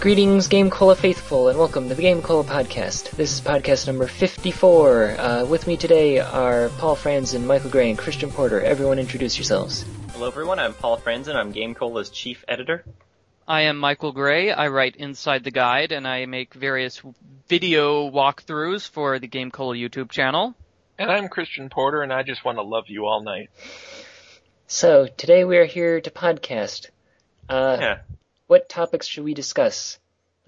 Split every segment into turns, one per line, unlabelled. Greetings, Game Cola faithful, and welcome to the Game Cola podcast. This is podcast number 54. Uh, with me today are Paul Franz and Michael Gray and Christian Porter. Everyone introduce yourselves.
Hello, everyone. I'm Paul Franzen. I'm Game Cola's chief editor.
I am Michael Gray. I write Inside the Guide and I make various video walkthroughs for the Game Cola YouTube channel.
And I'm Christian Porter, and I just want to love you all night.
So, today we are here to podcast. Uh,
Yeah.
What topics should we discuss?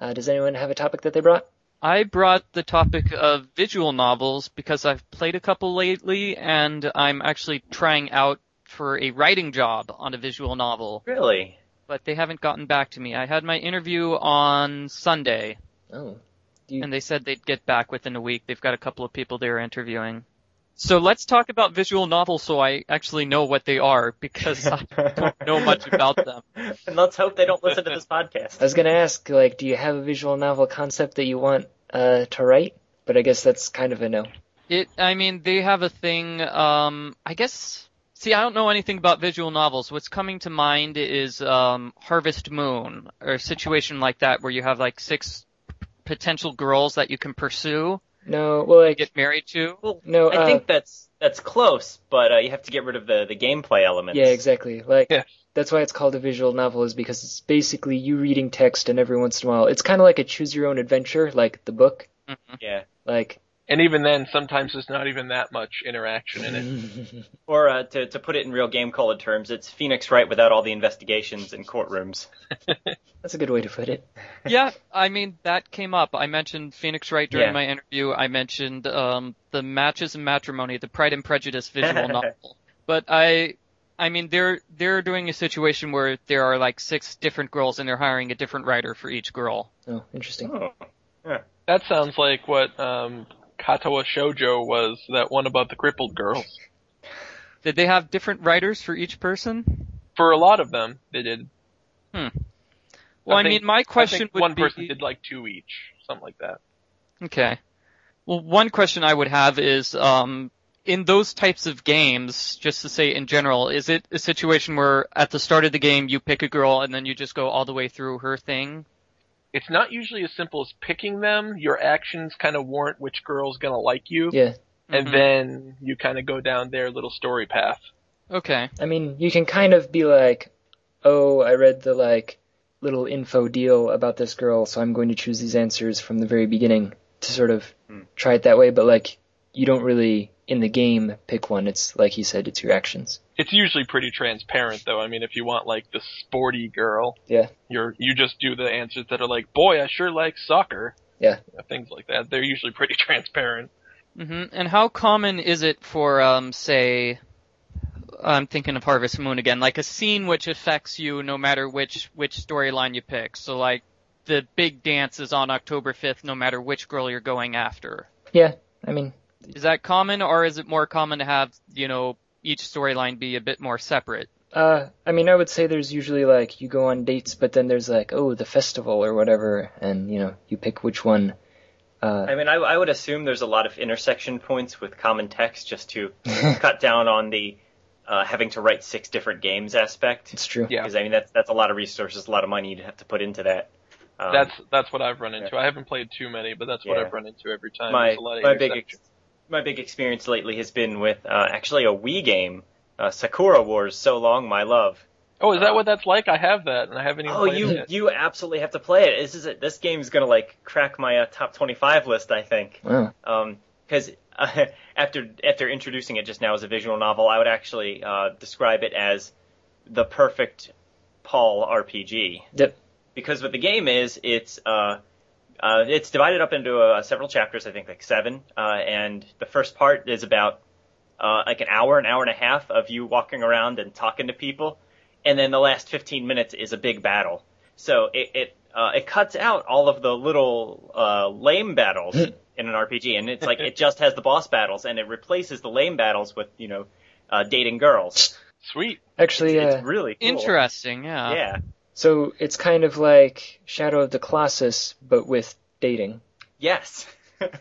Uh, does anyone have a topic that they brought?
I brought the topic of visual novels because I've played a couple lately and I'm actually trying out for a writing job on a visual novel,
Really?
but they haven't gotten back to me. I had my interview on Sunday
Oh.
and they said they'd get back within a week. They've got a couple of people they're interviewing. So let's talk about visual novels so I actually know what they are because I don't know much about them.
And let's hope they don't listen to this podcast.
I was going to ask, like, do you have a visual novel concept that you want uh, to write? But I guess that's kind of a no.
It, I mean, they have a thing, um, I guess, see, I don't know anything about visual novels. What's coming to mind is, um, Harvest Moon, or a situation like that where you have like six p- potential girls that you can pursue,
No, well, like,
get married to.
Well,
No,
I
uh,
think that's that's close, but uh, you have to get rid of the, the gameplay elements.
uh, yeah, exactly. Like,
Yeah.
that's why it's called a visual novel is because it's basically you reading text and every once in a while, it's kind of like a choose your own adventure, like the book.
Yeah.
Like,
And even then, sometimes there's not even that much interaction in it.
Or uh, to to put it in real Game Cola terms, it's Phoenix Wright without all the investigations and courtrooms.
that's a good way to put it.
yeah, I mean that came up. I mentioned Phoenix Wright during
Yeah.
my interview. I mentioned um, the Matches and Matrimony, the Pride and Prejudice visual novel. But I, I mean they're they're doing a situation where there are like six different girls and they're hiring a different writer for each girl.
Oh, interesting.
Oh.
That sounds like what um, Katawa Shoujo was, that one about the crippled girl.
Did they have different writers for each person?
For a lot of them, they did.
Well, I,
think-
mean my question
I think
would
one
be
person did like two each, something like that.
Okay. Well, one question I would have is, um, in those types of games, just to say in general, is it a situation where at the start of the game you pick a girl and then you just go all the way through her thing?
It's not usually as simple as picking them. Your actions kind of warrant which girl's gonna like you,
Yeah.
and
Mhm.
then you kind of go down their little story path.
Okay.
I mean, you can kind of be like, oh, I read the, like, little info deal about this girl, so I'm going to choose these answers from the very beginning to sort of try it that way, but, like, you don't really, in the game, pick one. It's, like you said, it's your actions.
It's usually pretty transparent, though. I mean, if you want like the sporty girl,
Yeah.
you're you just do the answers that are like, "Boy, I sure like soccer."
Yeah.
things like that. They're usually pretty transparent.
hmm And how common is it for, um, say, I'm thinking of Harvest Moon again, like a scene which affects you no matter which which storyline you pick. So like the big dance is on October 5th, no matter which girl you're going after.
Yeah, I mean,
Is that common, or is it more common to have, you know, each storyline be a bit more separate?
Uh, I mean, I would say there's usually like you go on dates, but then there's like oh the festival or whatever, and you know you pick which one. Uh,
I mean, I, I would assume there's a lot of intersection points with common text just to cut down on the uh, having to write six different games aspect.
it's true.
Yeah.
Because I mean, that's that's a lot of resources, a lot of money you'd have to put into that. Um,
That's that's what I've run into. I haven't played too many, but that's what
Yeah.
I've run into every time.
my
There's a lot of
my big ex-
intersections.
my big experience lately has been with uh, actually a Wii game, uh, Sakura Wars. So long, my love.
Oh, is that what that's like? I have that, and I haven't even
Oh,
played
you
it.
you absolutely have to play it. This is it. This game is gonna like crack my uh, top twenty five list, I think.
Wow.
because uh, after after introducing it just now as a visual novel, I would actually uh, describe it as the perfect Paul RPG.
Yep.
Because what the game is, it's uh, uh, it's divided up into uh, several chapters. I think like seven, uh, and the first part is about uh, like an hour, an hour and a half of you walking around and talking to people, and then the last 15 minutes is a big battle. So it it, uh, it cuts out all of the little uh, lame battles in an RPG, and it's like it just has the boss battles, and it replaces the lame battles with you know uh, dating girls.
Sweet.
Actually,
It's
uh,
really cool.
Interesting, yeah.
Yeah,
so it's kind of like Shadow of the Colossus, but with dating.
yes.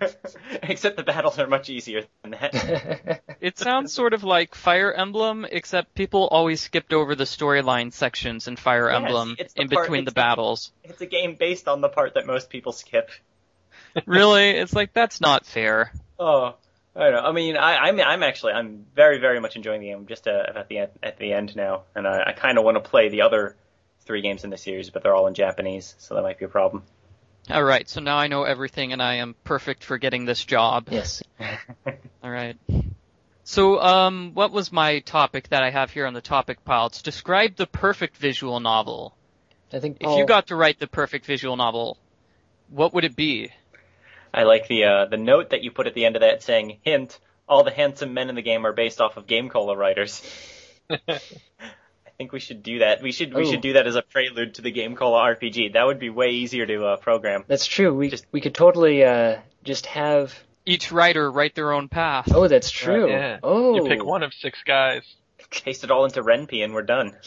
Except the battles are much easier than that.
It sounds sort of like Fire Emblem, except people always skipped over the storyline sections in Fire
Yes,
Emblem
it's the
in
part-
between the
it's the-
battles.
It's a game based on the part that most people skip.
really? It's like that's not fair.
Oh, I don't know. I mean, I, I'm I'm actually I'm very very much enjoying the game. I'm just uh, at the end, at the end now, and I, I kind of want to play the other three games in the series, but they're all in Japanese, so that might be a problem.
All right, so now I know everything and I am perfect for getting this job.
Yes.
All right. So, um, what was my topic that I have here on the topic pile? It's describe the perfect visual novel.
I think
If
Paul,
you got to write the perfect visual novel, what would it be?
I like the uh, the note that you put at the end of that saying, "Hint: All the handsome men in the game are based off of Game Cola writers." I think we should do that. We should we
Ooh.
should do that as a prelude to the Game Cola RPG. That would be way easier to uh, program.
that's true. We
Just-
we could totally uh, just have.
Each writer write their own path.
Oh, that's true.
yeah.
Oh,
You pick one of six guys.
Paste it all into Renpy and we're done.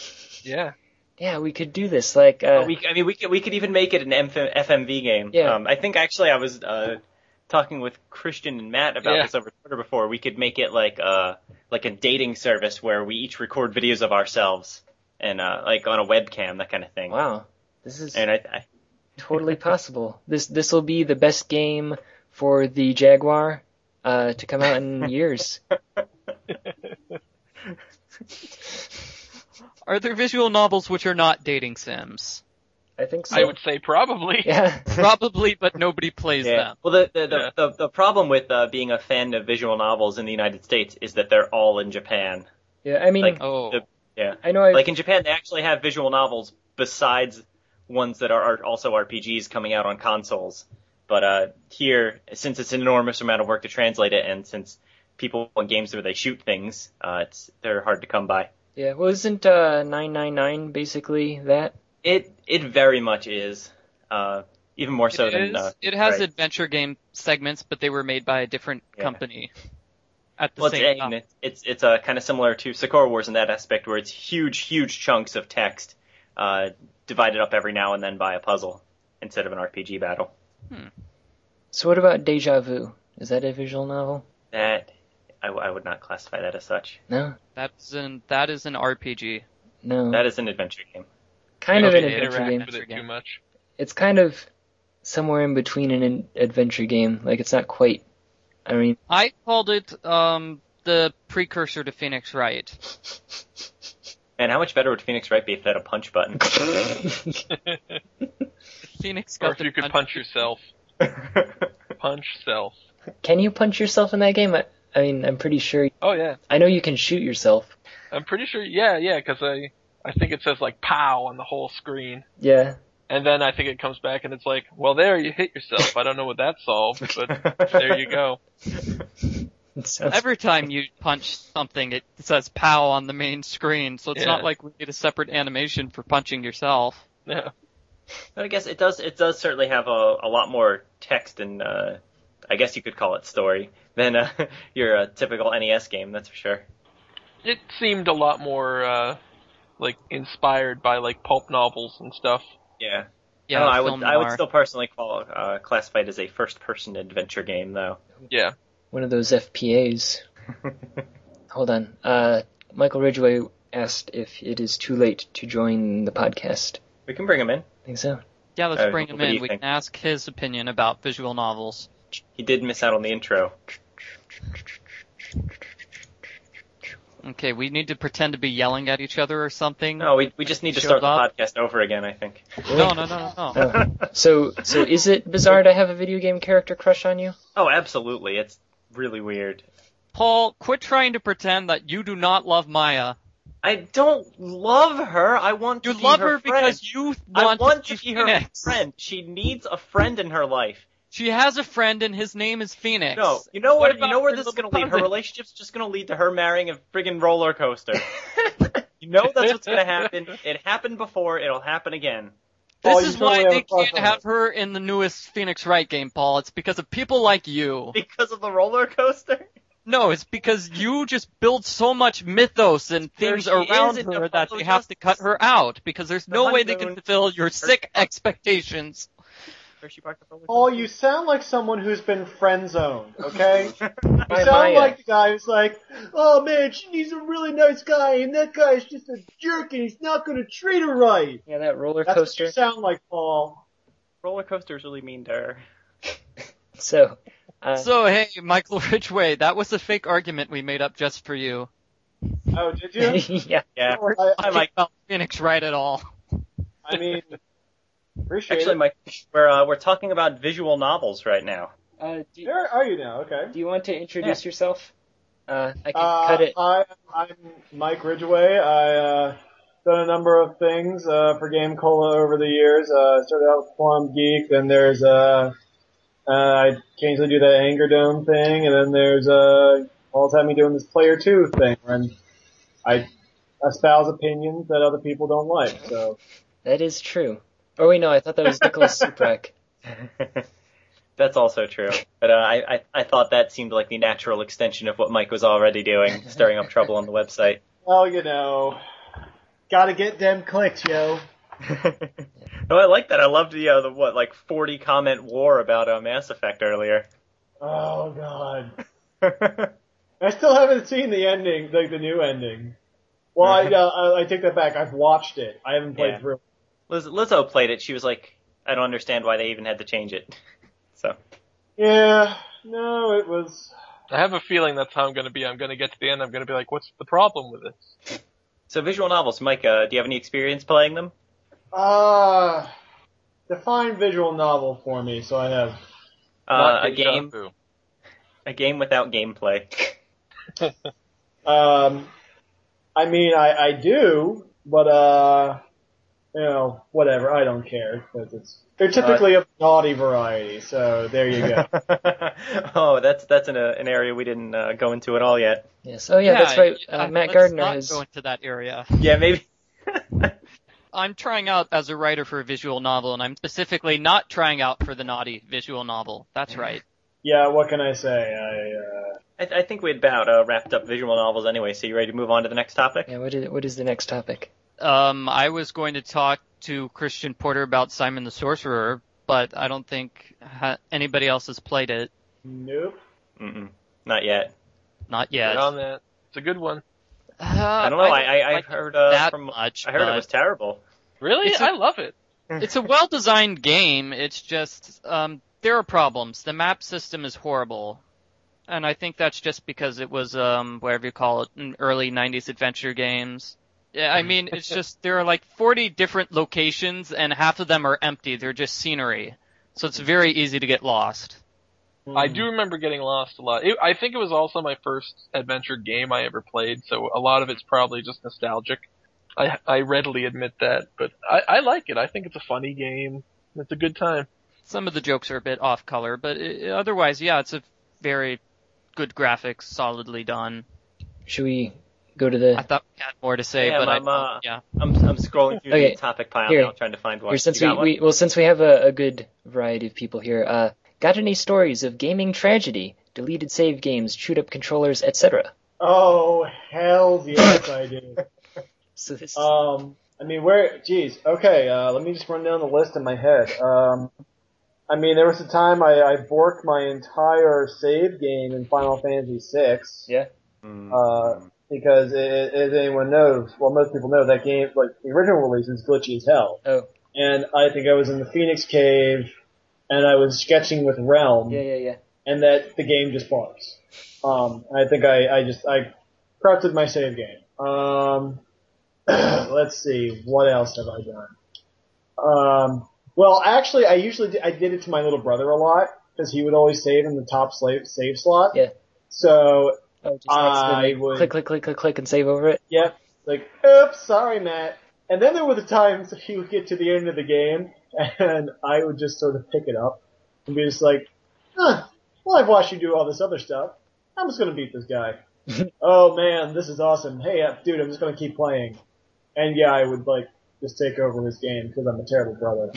Yeah.
Yeah, we could do this. Like, uh,
But we, I mean, we could we could even make it an M- FMV game.
Yeah.
Um, I think actually I was uh, talking with Christian and Matt about
Yeah.
this over Twitter before. We could make it like uh like a dating service where we each record videos of ourselves and uh, like on a webcam that kind of thing.
wow, this is
And I, I
totally possible. This this will be the best game for the Jaguar uh, to come out in years.
Are there visual novels which are not dating sims?
I think so.
I would say probably.
Yeah.
Probably, but nobody plays
yeah.
them.
Well, the the, the,
Yeah.
the the problem with uh, being a fan of visual novels in the United States is that they're all in Japan.
Yeah. I mean,
Like-
Oh.
The- Yeah.
I know. I
Like in Japan, they actually have visual novels besides ones that are are also RPGs coming out on consoles. But uh, here, since it's an enormous amount of work to translate it, and since people in games where they shoot things, uh, it's they're hard to come by.
yeah. Well, isn't uh, 999 basically that?
It it very much is, uh, even more so
it,
than
is-
uh,
it has
right.
adventure game segments, but they were made by a different
Yeah.
company at the
well, it's,
same
and
time.
it's it's it's uh, kind of similar to Sakura Wars in that aspect, where it's huge huge chunks of text uh, divided up every now and then by a puzzle instead of an RPG battle.
So what about Deja Vu? Is that a visual novel?
That I, w- I would not classify that as such.
No.
That's an that is an RPG.
No.
That is an adventure game.
kind
I
of
don't
an
think they
adventure
interact
game.
with it too much.
It's kind of somewhere in between an in- adventure game. Like it's not quite. I mean,
I called it um the precursor to Phoenix Wright.
And how much better would Phoenix Wright be if they had a punch button?
Phoenix
Or
got
if
the
you could
punch-
punch yourself. Punch self.
can you punch yourself in that game? I, I mean, I'm pretty sure.
Oh yeah.
I know you can shoot yourself.
I'm pretty sure. Yeah, yeah. Because I I think it says like pow on the whole screen.
Yeah.
And then I think it comes back and it's like, well, there you hit yourself. I don't know what that solved, but there you go.
It sounds,
Every time you punch something, it says "pow" on the main screen, so it's
Yeah.
not like we need a separate animation for punching yourself.
Yeah.
But I guess it does. It does certainly have a, a lot more text and uh, I guess you could call it story than uh, your uh, typical NES game. That's for sure.
It seemed a lot more uh like inspired by like pulp novels and stuff.
Yeah.
Yeah,
I, don't
film
know, I would. I would
noir.
still personally qual- uh, classify it as a first-person adventure game, though.
Yeah.
one of those FPAs. Hold on. Uh, Michael Ridgway asked if it is too late to join the podcast.
We can bring him in.
I think so.
Yeah, let's
Uh,
bring him
what do
in.
you
We
think?
can ask his opinion about visual novels.
He did miss out on the intro.
Okay, we need to pretend to be yelling at each other or something.
No, we we just need to
Showed
start the
up.
podcast over again. I think.
no, no, no, no. no.
Oh. So, so is it bizarre to have a video game character crush on you?
Oh, absolutely. It's really weird.
Paul, quit trying to pretend that you do not love Maya.
I don't love her. I want
You
to be
love
her,
her
friend.
because you want,
I want
to
to
be
be her
Phoenix.
friend. She needs a friend in her life.
She has a friend and his name is Phoenix.
No, you know where
What
you
about
know where
her
this is going
little
to lead. Her
cousin?
relationship's just going to lead to her marrying a friggin' roller coaster. you know that's what's going to happen. It happened before. It'll happen again.
This
Paul, you
is
totally
why
have
they
a crush
can't
on
have her in the newest Phoenix Wright game, Paul. It's because of people like you.
Because of the roller coaster,
No, it's because you just build so much mythos and
There
things
she is
around
in
her
Apollo
that they have to cut
Justice.
her out because there's
The
no way they can
honeymoon.
fulfill your sick expectations.
where she parked the roller
Oh,
coaster.
you sound like someone who's been friend zoned, okay? You
Hi,
sound
Maya.
like the guy who's like, oh man, she- he's a really nice guy, and that guy's just a jerk, and he's not gonna treat her right.
Yeah, that roller
That's what you
coaster.
sound like, Paul.
roller coasters really mean to her.
So, uh,
So hey, Michael Ridgway, that was a fake argument we made up just for you.
Oh, did you?
yeah,
Yeah.
I,
Hi, Mike.
About Phoenix right at all.
I mean, appreciate
Actually,
it.
Mike, we're uh, we're talking about visual novels right now.
uh, do,
Where are you now? Okay.
do you want to introduce yourself? Uh, I can
Uh,
cut it.
I, I'm Mike Ridgway. I, uh, done a number of things, uh, for Game Cola over the years. Uh, started out with Quam Geek, then there's, uh, uh, I occasionally do that Anger Dome thing, and then there's, uh, Paul's had me doing this Player 2 thing, where I'm, I espouse opinions that other people don't like, so.
That is true. Oh wait, no, I thought that was Nicholas Suprak.
That's also true. But uh, I, I I thought that seemed like the natural extension of what Mike was already doing, stirring up trouble on the website.
Well, you know. Gotta get them clicks, yo.
no, Oh, I like that. I loved the uh, the what like forty comment war about uh, Mass Effect earlier.
Oh god.
That's
I still haven't seen the ending, like the new ending. Well, I, uh, I- I take that back. I've watched it. I haven't played
Yeah.
through.
Liz, Lizzo played it. She was like, I don't understand why they even had to change it. So
Yeah, no, it was.
I have a feeling that's how I'm going to be. I'm going to get to the end. I'm going to be like, what's the problem with this?
so visual novels, Mike. Uh, do you have any experience playing them?
Uh, define visual novel for me, so I have.
Uh, a
Not
game
Deja Vu.
a game without gameplay.
Um, I mean, I, I do, but uh, you know, whatever. I don't care because it's they're typically of naughty variety. So there you go.
oh, that's that's an, uh, an area we didn't uh, go into at all yet.
Yes. Oh yeah, that's right. Uh, Matt
let's
Gardner
not
has.
go into that area.
Yeah, maybe.
I'm trying out as a writer for a visual novel, and I'm specifically not trying out for the naughty visual novel. That's right.
yeah, what can I say? I uh,
I, I think we had about uh, wrapped up visual novels anyway. So you ready to move on to the next topic?
Yeah. What is what is the next topic?
Um, I was going to talk to Christian Porter about Simon the Sorcerer, but I don't think ha- anybody else has played it.
nope.
Mm-mm, not yet.
Not
Get
yet.
on that. It's a good one.
I don't know. I, I, I've heard uh,
that
from.
much.
I heard it
but-
was terrible.
Really?
It's a-
I love it.
it's a well-designed game. It's just um, there are problems. The map system is horrible, and I think that's just because it was um, whatever you call it, an early '90s adventure games. Yeah, I mean, it's just there are like 40 different locations, and half of them are empty. They're just scenery, so it's very easy to get lost.
I do remember getting lost a lot. It, I think it was also my first adventure game I ever played, so a lot of it's probably just nostalgic. I, I readily admit that, but I, I like it. I think it's a funny game. It's a good time.
Some of the jokes are a bit off color, but i otherwise, yeah, it's a very good graphics, solidly done.
Should we go to
I
the
thought we had more to say,
Yeah,
but I,
I'm, uh,
yeah,
I'm, I'm scrolling through
Okay,
the topic pile
here.
now, trying to find one.
here since
You
we,
got one?
we well since we have a, a good variety of people here? Uh, got any stories of gaming tragedy? Deleted save games, chewed up controllers, etc.
Oh hell yes, I do.
So this
Um, I mean, where? Geez. Okay. Uh, let me just run down the list in my head. Um, I mean, there was a time I, I borked my entire save game in Final Fantasy VI.
Yeah.
Uh, because i i- as anyone knows, well, most people know that game, like the original release, is glitchy as hell.
Oh.
And I think I was in the Phoenix Cave, and I was sketching with Realm
yeah yeah yeah.
and that the game just barks. Um, I think I, I just I corrupted my save game. Um, let's see, what else have I done? Um, well, actually, I usually d I I did it to my little brother a lot because he would always save in the top slave, save slot.
Yeah.
So
Oh, just
I
accidentally
would
click click click click click and save over it.
Yep. Like, oops, sorry, Matt. And then there were the times that he would get to the end of the game, and I would just sort of pick it up and be just like, huh, well, I've watched you do all this other stuff. I'm just gonna beat this guy. oh man, this is awesome. Hey, uh, dude, I'm just gonna keep playing. And yeah, I would like just take over his game because I'm a terrible brother.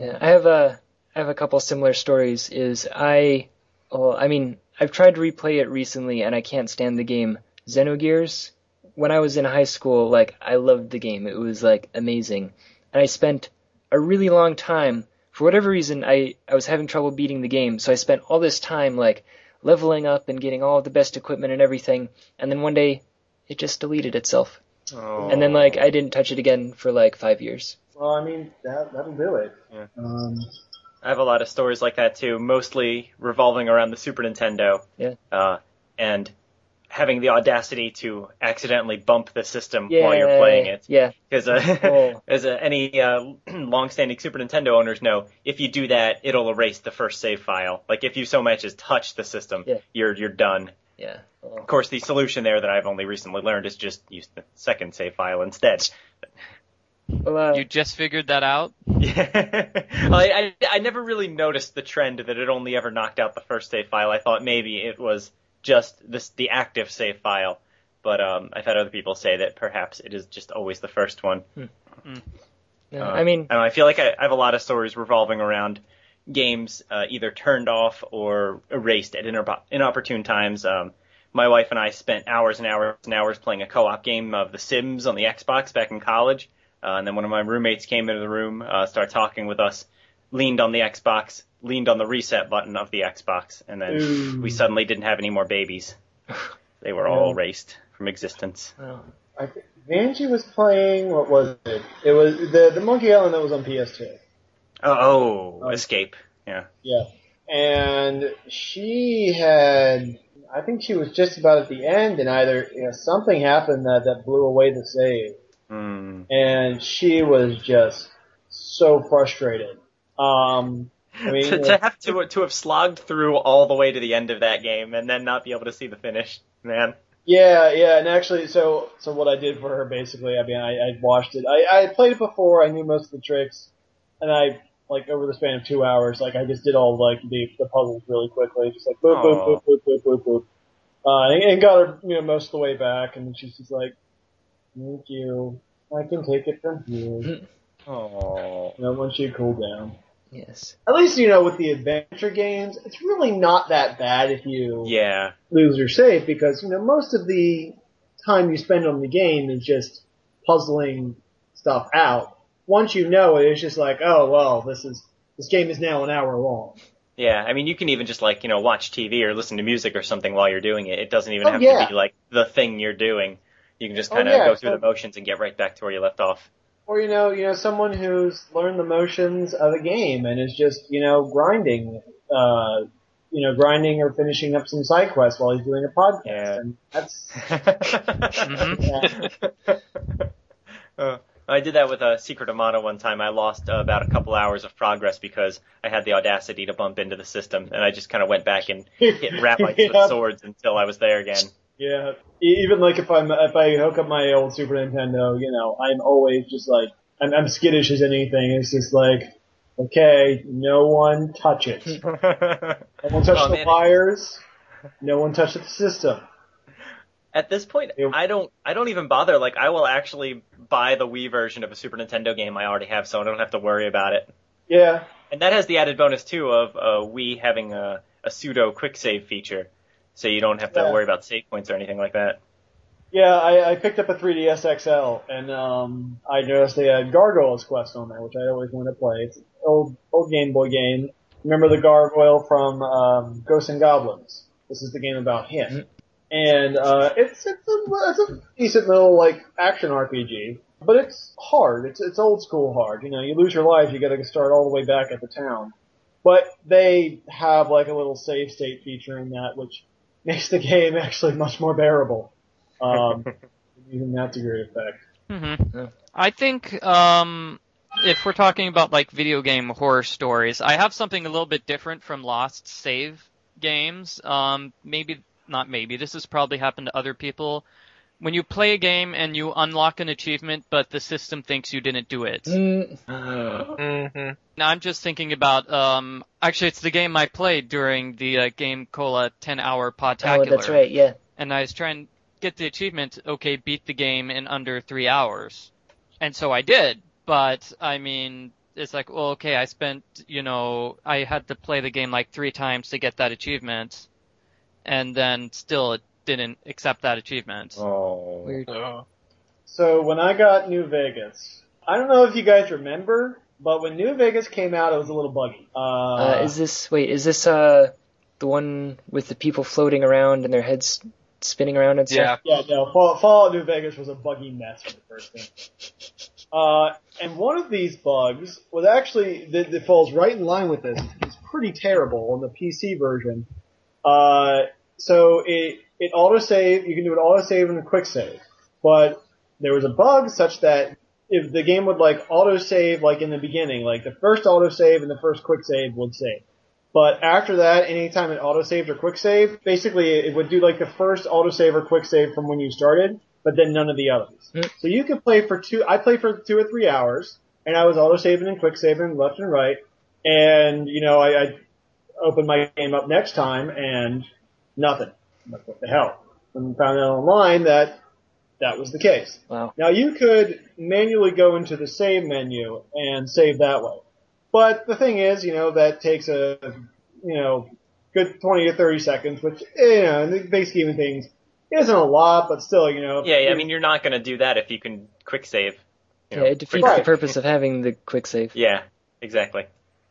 Yeah, I have a I have a couple similar stories. Is I well, I mean, I've tried to replay it recently, and I can't stand the game Xenogears. When I was in high school, like I loved the game; it was like amazing, and I spent a really long time for whatever reason, I, I was having trouble beating the game, so I spent all this time like leveling up and getting all of the best equipment and everything, and then one day it just deleted itself.
Oh.
And then like I didn't touch it again for like five years.
Well, I mean that that'll do it.
Yeah.
Um,
I have a lot of stories like that too, mostly revolving around the Super Nintendo.
Yeah.
Uh, and having the audacity to accidentally bump the system
Yeah,
while you're playing it.
Yeah,
Because uh,
Oh.
as uh, any uh, long-standing Super Nintendo owners know, if you do that, it'll erase the first save file. Like if you so much as touch the system,
Yeah.
you're you're done.
yeah.
Of course, the solution there that I've only recently learned is just use the second save file instead.
Well, uh,
You just figured that out?
Yeah. I, I I never really noticed the trend that it only ever knocked out the first save file. I thought maybe it was just this the active save file, but um, I've had other people say that perhaps it is just always the first one.
no,
Uh,
I mean,
I, don't know, I feel like I, I have a lot of stories revolving around games uh, either turned off or erased at inop- inopportune times. Um, my wife and I spent hours and hours and hours playing a co-op game of The Sims on the Xbox back in college, uh, and then one of my roommates came into the room, uh, started talking with us, leaned on the Xbox, leaned on the reset button of the Xbox, and then
Ooh.
we suddenly didn't have any more babies. They were all erased from existence.
well,
I think Vanjie was playing. What was it? It was the the Monkey Island that was on PS2.
Oh, oh escape. Yeah.
Yeah. And she had, I think she was just about at the end, and either you know, something happened that, that blew away the save,
Hmm.
and she was just so frustrated. Um, I mean,
to, to have to to have slogged through all the way to the end of that game and then not be able to see the finish, man.
yeah, yeah, and actually, so so what I did for her basically, I mean, I, I watched it. I, I had played it before, I knew most of the tricks, and I like over the span of two hours, like I just did all like the the puzzles really quickly, just like boop
Aw.
boop boop boop boop boop boop, uh, and, and got her you know most of the way back, and she's just like, thank you, I can take it from here. you
Oh,
know, once you cool down.
yes.
At least you know with the adventure games, it's really not that bad if you
yeah,
lose or save because you know most of the time you spend on the game is just puzzling stuff out. Once you know it, it's just like, oh well, this is this game is now an hour long.
yeah. I mean, you can even just like you know watch TV or listen to music or something while you're doing it. It doesn't even
Oh,
have
yeah.
to be like the thing you're doing. You can just
Oh,
kind of
yeah,
go through
so-
the motions and get right back to where you left off.
Or you know, you know, someone who's learned the motions of a game and is just you know grinding, uh, you know, grinding or finishing up some side quest while he's doing a podcast,
Yeah.
and that's
Mhm.
yeah,
Uh, I did that with a Secret of Mana one time. I lost uh, about a couple hours of progress because I had the audacity to bump into the system, and I just kind of went back and hit rap lights
Yeah.
with swords until I was there again.
Yeah, E- even like if I'm if I hook up my old Super Nintendo, you know, I'm always just like I'm, I'm skittish as anything. It's just like, okay, no one touch it. No one touch
Oh,
the
man.
wires. No one touch the system.
At this point,
Yeah.
I don't. I don't even bother. Like, I will actually buy the Wii version of a Super Nintendo game I already have, so I don't have to worry about it.
Yeah,
And that has the added bonus too of uh, Wii having a, a pseudo quick save feature, so you don't have to
Yeah.
worry about save points or anything like that.
yeah. I, I picked up a 3DS XL, and um, I noticed they had Gargoyles Quest on there, which I always wanted to play. It's an old old Game Boy game. Remember the gargoyle from um, Ghosts and Goblins? This is the game about him. And uh, it's it's a, it's a decent little like action RPG, but it's hard. It's it's old school hard. You know, you lose your life, you got to start all the way back at the town. But they have like a little save state feature in that, which makes the game actually much more bearable. Um, even that to great effect.
Yeah.
Mm-hmm. I think um, if we're talking about like video game horror stories, I have something a little bit different from lost save games. Um, maybe not. Maybe this has probably happened to other people. When you play a game and you unlock an achievement, but the system thinks you didn't do it.
Mm,
Mm-hmm.
Now I'm just thinking about. Um, actually, it's the game I played during the uh, Game Cola 10-hour
oh,
potacular.
that's right. Yeah.
and I was trying to get the achievement, okay, beat the game in under three hours. And so I did, but I mean, it's like, well, okay, I spent, you know, I had to play the game like three times to get that achievement, and then still it didn't accept that achievement.
Oh.
Weird.
Oh.
So when I got New Vegas, I don't know if you guys remember, But when New Vegas came out, it was a little buggy. Uh,
Uh, is this wait? Is this uh the one with the people floating around and their heads spinning around and
Yeah.
stuff?
Yeah, no, Fall, Fallout New Vegas was a buggy mess from the first game. Uh, and one of these bugs was actually, that, that falls right in line with this, it's pretty terrible on the PC version. Uh, so it, it autosave, you can do an autosave and a quick save. But there was a bug such that if the game would like autosave like in the beginning, like the first autosave and the first quick save would save. But after that, anytime it autosaved or quick saved, basically it would do like the first autosave or quick save from when you started, but then none of the others.
Mm.
So you could play for two, I played for two or three hours, and I was autosaving and quick saving left and right, and you know, I, I opened my game up next time and nothing. I'm like, what the hell? And found out online that that was the case.
Wow.
Now you could manually go into the save menu and save that way. But the thing is, you know, that takes a, you know, good 20 or 30 seconds, which, you know, in the big scheme of things, isn't a lot, but still, you know.
Yeah, yeah. I mean, you're not going to do that if you can quick save. You know,
yeah, it defeats
Right.
the purpose of having the quick save.
Yeah, exactly.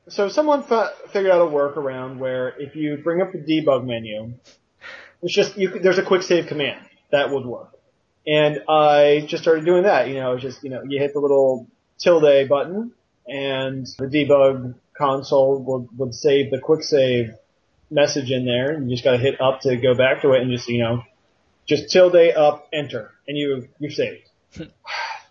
So someone f- figured out a workaround where if you bring up the debug menu, it's just you, could- there's a quick save command that would work. And I just started doing that. You know, it's just you know you hit the little tilde button, and the debug console would would save the quick save message in there. And you just got to hit up to go back to it, and just you know just tilde up enter, and you you've saved.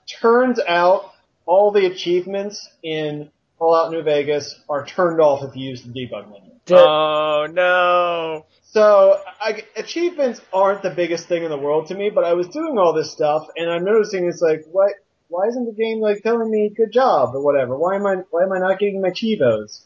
Turns out all the achievements in Fallout New Vegas are turned off if you use the debug menu.
Uh,
Oh no!
So I, achievements aren't the biggest thing in the world to me, but I was doing all this stuff and I'm noticing it's like, what? Why isn't the game like telling me good job or whatever? Why am I why am I not getting my chivos?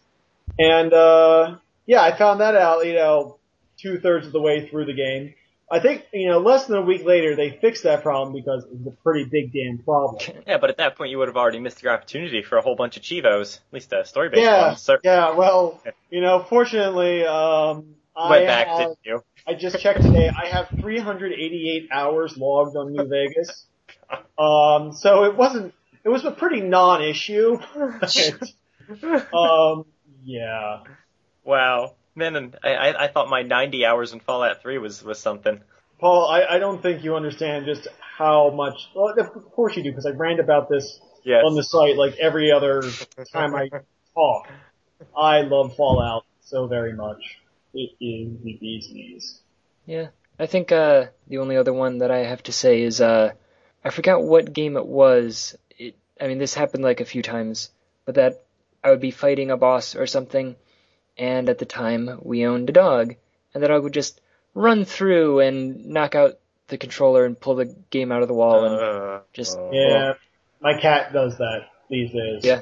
And uh, yeah, I found that out. You know, two thirds of the way through the game. I think you know less than a week later they fixed that problem because it was a pretty big damn problem.
Yeah, but at that point you would have already missed your opportunity for a whole bunch of chivos, at least a story-based
Yeah,
one. So
yeah. Well, you know, fortunately, um, I
went back,
have-
didn't you?
I just checked today. I have 388 hours logged on New Vegas. Um, so it wasn't. It was a pretty non-issue. but, um, yeah.
Wow. Man, and I, I, I thought my 90 hours in Fallout 3 was, was something.
Paul, I, I don't think you understand just how much. Well, of course you do, because I rant about this
Yes.
on the site like every other time I talk. I love Fallout so very much. It is the bee's knees.
Yeah. I think uh, the only other one that I have to say is uh, I forgot what game it was. It, I mean, this happened like a few times, but that I would be fighting a boss or something, and at the time we owned a dog, and the dog would just run through and knock out the controller and pull the game out of the wall, and
Uh,
just
Yeah, my cat does that these days.
Yeah.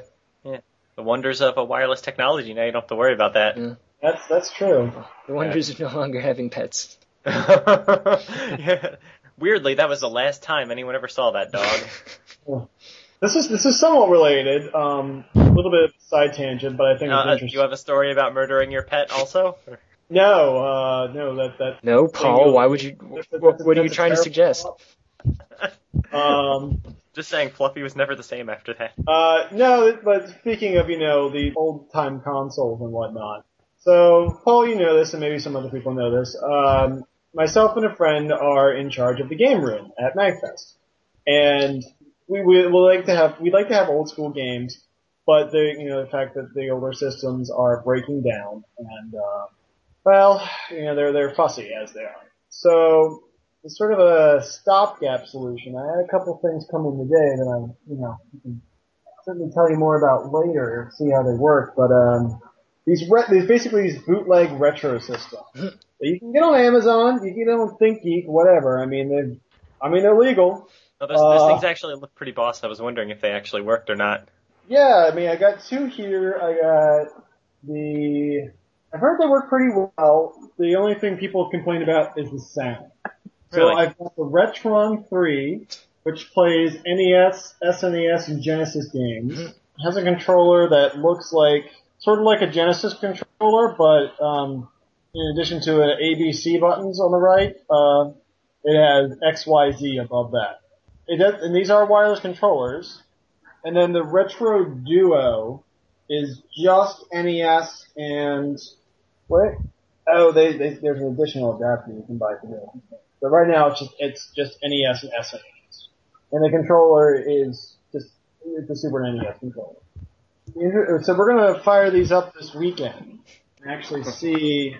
the wonders of a wireless technology. Now you don't have to worry about that.
Yeah.
That's that's true.
the wonders of no longer having pets.
Mm.
Yeah. Weirdly, that was the last time anyone ever saw that dog. Uh,
This is this is somewhat related. Um, a little bit of a side tangent, but I think it's
Uh, do
interesting.
you have a story about murdering your pet also?
no, uh, no, that that.
No, Paul, why would you?
that's-
wh-
that's-
What, what are you
that's a
trying to
terrible
suggest?
thought. Um,
Just saying, Fluffy was never the same after that.
uh, no, but speaking of you know the old time consoles and whatnot. So Paul, you know this, and maybe some other people know this. Um, myself and a friend are in charge of the game room at Magfest, and we we we like to have we like to have old school games, but the you know the fact that the older systems are breaking down and uh, well you know they're they're fussy as they are. So it's sort of a stopgap solution. I had a couple things come in today that I you know I can certainly tell you more about later, see how they work, but um. These, re- these basically these bootleg retro systems. But you can get on Amazon, you can get on ThinkGeek, whatever. I mean, they, I mean they're legal.
No, those, those
Uh.
things actually look pretty boss. I was wondering if they actually worked or not.
Yeah, I mean I got two here. I got the. I've heard they work pretty well. The only thing people complain about is the sound.
Really?
So I've got the Retron 3, which plays E NES, SNES, and Genesis games. It has a controller that looks like sort of like a Genesis controller, but um, in addition to the ABC buttons on the right, uh, it has XYZ above that. It does, and these are wireless controllers. And then the Retro Duo is just NES and what? Oh, they, they there's an additional adapter you can buy for this. But right now it's just it's just NES and SNES. And the controller is just it's a Super NES controller. Inter- So we're gonna fire these up this weekend and actually see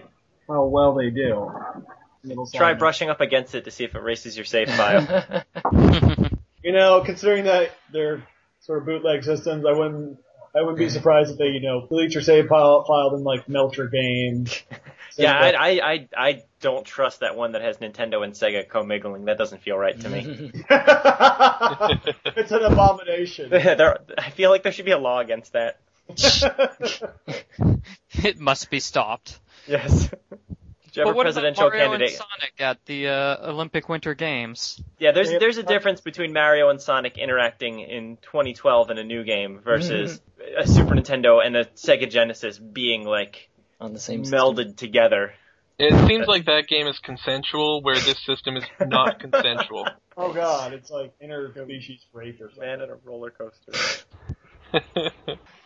how well they do. It'll
Try
Um,
sound-
brushing up against it to see if it races your save file.
You know, considering that they're sort of bootleg systems, I wouldn't I wouldn't be surprised if they, you know, delete your save file, file then like melt your game.
yeah,
Send
I, I I I don't trust that one that has Nintendo and Sega commingling. That doesn't feel right to me.
back- it's an abomination.
Mm-hmm.
there, I feel like there should be a law against that.
it must be stopped.
Yes. Whichever
but what
presidential
about Mario
candidate.
and Sonic at the uh, Olympic Winter Games?
yeah, there's
Yeah.
there's a difference between Mario and Sonic interacting in 2012 in a new game versus
Mm-hmm.
a Super Nintendo and a Sega Genesis being like
on the same system.
melded together.
It seems like that game is consensual, where this system is not consensual.
oh god, it's like interspecies rape or something.
Man on a roller coaster.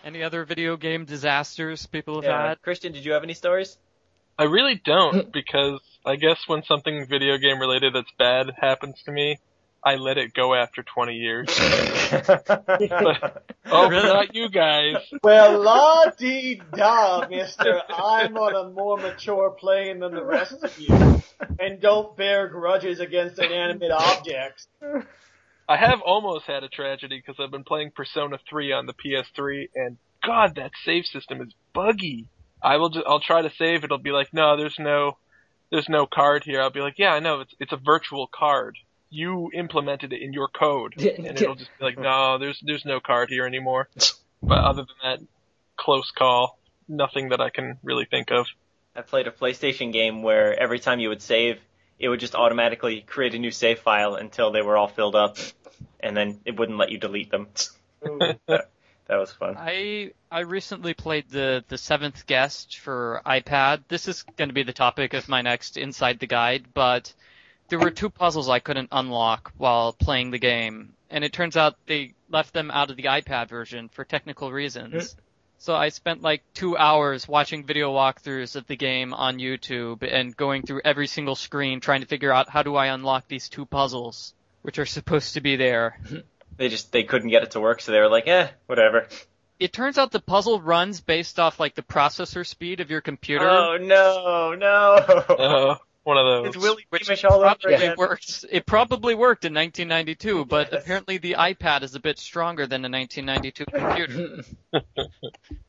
Any other video game disasters people have
Yeah.
had?
Christian, did you have any stories?
I really don't because I guess when something video game related that's bad happens to me, I let it go after 20 years. Oh,
Really?
not you guys.
Well, la dee da, mister. I'm on a more mature plane than the rest of you. And don't bear grudges against inanimate objects.
I have almost had a tragedy because I've been playing Persona 3 on the PS3, and God, that save system is buggy. I will. Just, I'll try to save. It'll be like, no, there's no, there's no card here. I'll be like, yeah, I know. It's it's a virtual card. You implemented it in your code,
Yeah,
and
yeah.
it'll just be like, no, there's there's no card here anymore. But other than that, close call. Nothing that I can really think of.
I played a PlayStation game where every time you would save, it would just automatically create a new save file until they were all filled up, and then it wouldn't let you delete them. That was fun.
I I recently played the the seventh guest for iPad. This is going to be the topic of my next Inside the Guide, but there were two puzzles I couldn't unlock while playing the game, and it turns out they left them out of the iPad version for technical reasons. So I spent like two hours watching video walkthroughs of the game on YouTube and going through every single screen trying to figure out how do I unlock these two puzzles, which are supposed to be there.
They just they couldn't get it to work, so they were like, eh, whatever.
It turns out the puzzle runs based off like the processor speed of your computer. Oh.
Oh no, no.
Uh, one of those.
It's Willie
Which
Beamish all over
probably
again.
worked. It probably worked in 1992, but
Yes.
apparently the iPad is a bit stronger than a 1992 computer.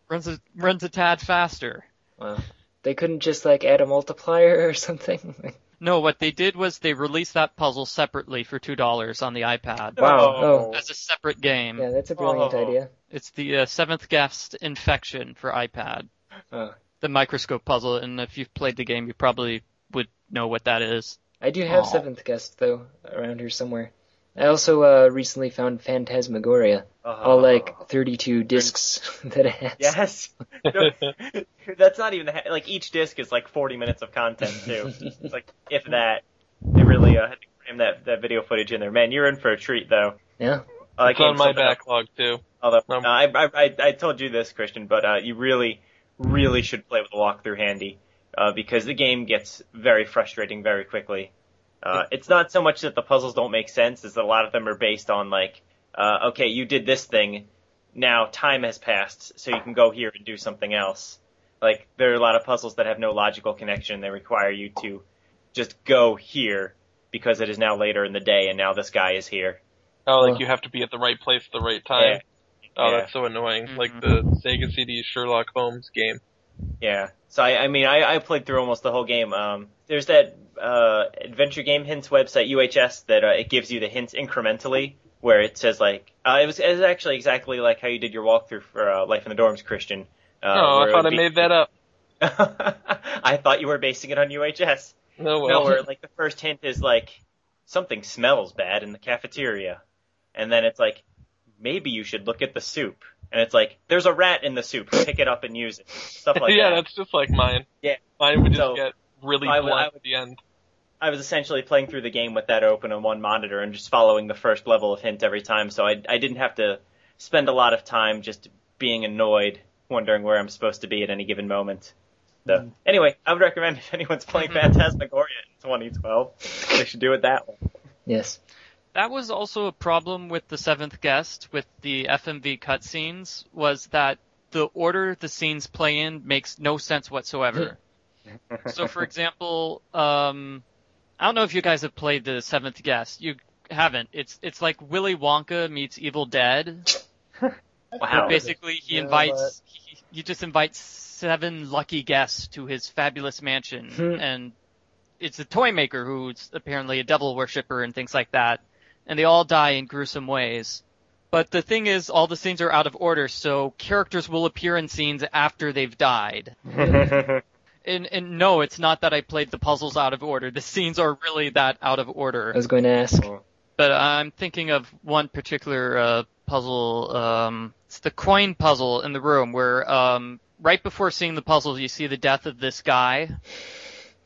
runs a, runs a tad faster.
Wow. They couldn't just like add a multiplier or something.
Mm-hmm.
No, what they did was they released that puzzle separately for two dollars on the iPad
Wow.
No.
as a separate game.
yeah, that's a brilliant
Oh.
idea.
It's the uh, seventh guest infection for iPad.
Oh.
The microscope puzzle, and if you've played the game, you probably would know what that is.
I do have
Aw.
seventh guest though around here somewhere. I also uh, recently found Phantasmagoria,
Oh.
all like 32 discs that it has.
Yes. No, that's not even the ha- like each disc is like 40 minutes of content too. It's like if that. They really uh, had to cram that that video footage in there. Man, you're in for a treat though.
Yeah.
Uh, that
it's on
game's
my
something else.
backlog too.
Although
Um,
uh, I, I I I told you this, Christian, but uh, you really really should play with the walkthrough handy uh, because the game gets very frustrating very quickly. Uh, it's not so much that the puzzles don't make sense; is that a lot of them are based on like, uh, okay, you did this thing, now time has passed, so you can go here and do something else. Like there are a lot of puzzles that have no logical connection; they require you to just go here because it is now later in the day, and now this guy is here.
Oh, like
Huh.
you have to be at the right place at the right time.
Yeah. Yeah.
Oh,
Mm-hmm.
that's so annoying.
Mhm.
Like the Sega CD Sherlock Holmes game.
Yeah. So I, I mean, I, I played through almost the whole game. Um, there's that uh, adventure game hints website UHS that uh, it gives you the hints incrementally, where it says like uh, it was it was actually exactly like how you did your walkthrough for uh, Life in the Dorms, Christian. Uh,
oh,
where
I
it
thought
would
I
be-
made that up.
I thought you were basing it on UHS.
No,
No,
well,
where like the first hint is like something smells bad in the cafeteria, and then it's like maybe you should look at the soup, and it's like there's a rat in the soup, pick it up and use it, stuff like
yeah,
that.
that's just like mine.
Yeah.
mine would just
So,
get really
I
blunt
would- I
at the end.
I was essentially playing through the game with that open on one monitor and just following the first level of hint every time, so I I didn't have to spend a lot of time just being annoyed, wondering where I'm supposed to be at any given moment. So anyway, I would recommend if anyone's playing Phantasmagoria in 2012, they should do it that way.
Yes.
That was also a problem with the seventh guest with the FMV cutscenes was that the order the scenes play in makes no sense whatsoever. so for example, um, I don't know if you guys have played the seventh guest. You haven't. It's it's like Willy Wonka meets Evil Dead.
Wow.
Basically, he
Yeah,
invites he, he just invites seven lucky guests to his fabulous mansion,
Hmm.
and it's a toy maker who's apparently a devil worshipper and things like that, and they all die in gruesome ways. But the thing is, all the scenes are out of order, so characters will appear in scenes after they've died. And, and no, it's not that I played the puzzles out of order. The scenes are really that out of order
I was going to ask.
but I'm thinking of one particular uh, puzzle. Um, it's the coin puzzle in the room where um, right before seeing the puzzle, you see the death of this guy.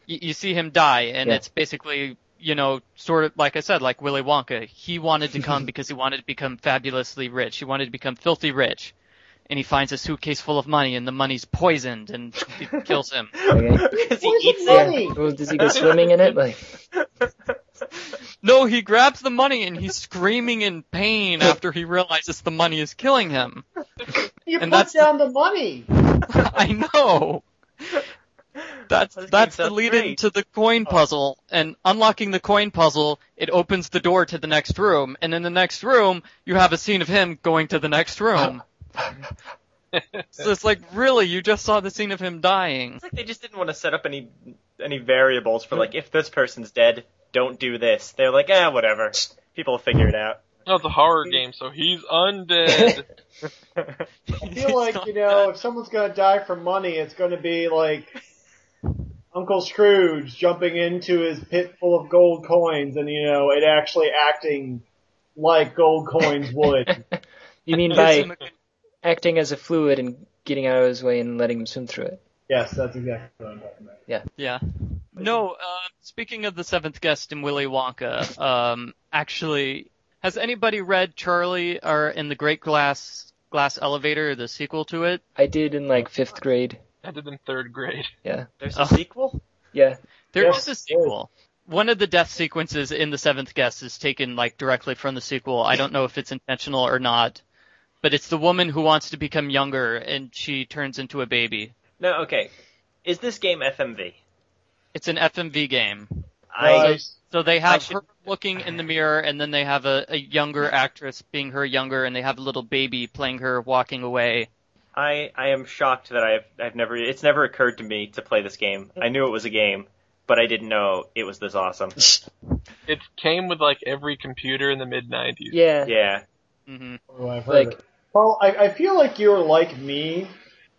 You, you see him die, and
Yeah.
it's basically you know sort of like I said, like Willy Wonka. He wanted to come because he wanted to become fabulously rich. He wanted to become filthy rich. And he finds a suitcase full of money, and the money's poisoned, and it kills him.
Okay.
Because he
Where's the
eats
money?
it.
Yeah. Well, does he go swimming in it? Like,
No, he grabs the money, and he's screaming in pain after he realizes the money is killing him.
You
And
put
that's-
down the money.
I know. That's
This game
that's the
sounds
lead
great.
in to the coin puzzle, and unlocking the coin puzzle, it opens the door to the next room, and in the next room, you have a scene of him going to the next room. so it's like, really, you just saw the scene of him dying.
It's like they just didn't want to set up any any variables for like if this person's dead, don't do this. They're like, ah, whatever. People will figure it out.
No, it's a horror
Hmm.
game, so he's undead.
I feel like, you know, if someone's gonna die for money, it's gonna be like Uncle Scrooge jumping into his pit full of gold coins and, you know, it actually acting like gold coins would.
you mean by acting as a fluid and getting out of his way and letting him swim through it?
yes, that's exactly what I'm talking about.
Yeah. No, uh, speaking of the seventh guest in Willy Wonka, um, actually, has anybody read Charlie or in the Great Glass Glass Elevator, the sequel to it?
I did in like fifth grade.
I did in third grade.
There's a
Oh.
sequel.
Yeah.
There was
Yes,
a sequel. One of the death sequences in the seventh guest is taken like directly from the sequel. I don't know if it's intentional or not, but it's the woman who wants to become younger and she turns into a baby.
No, okay. Is this game FMV?
It's an FMV game.
I
Nice.
So they have
should-
her looking in the mirror and then they have a, a younger actress being her younger and they have a little baby playing her walking away.
I I am shocked that I've I've never it's never occurred to me to play this game. I knew it was a game, but I didn't know it was this awesome.
It came with like every computer in the mid '90s.
Yeah.
Yeah.
hmm
Oh, I've heard
Like-
it. Paul, I, I feel like you're like me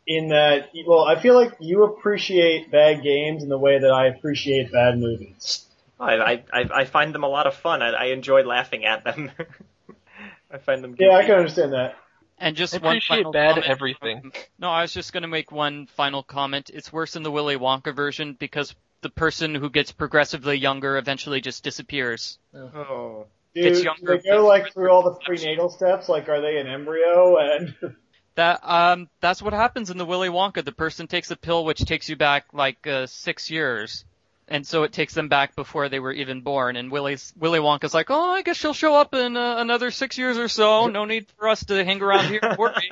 in that, well, I feel like you appreciate bad games in the way that I appreciate bad movies.
Oh, I I I I find them a lot of fun. I, I enjoy laughing at them. I find them.
Yeah, I
goofy.
can understand that.
And just
I
one
appreciate
final
bad
comment.
everything.
No, I was just going to make one final comment. It's worse in the Willy Wonka version because the person who gets progressively younger eventually just disappears.
Oh.
Dude,
It's
do
younger-
they go like through all the prenatal steps? Like, are they an embryo? And
That um, that's what happens in the Willy Wonka. The person takes a pill which takes you back like uh, six years, and so it takes them back before they were even born. And Willy's Willy Wonka's like, oh, I guess she'll show up in uh, another six years or so. No need for us to hang around here and worry.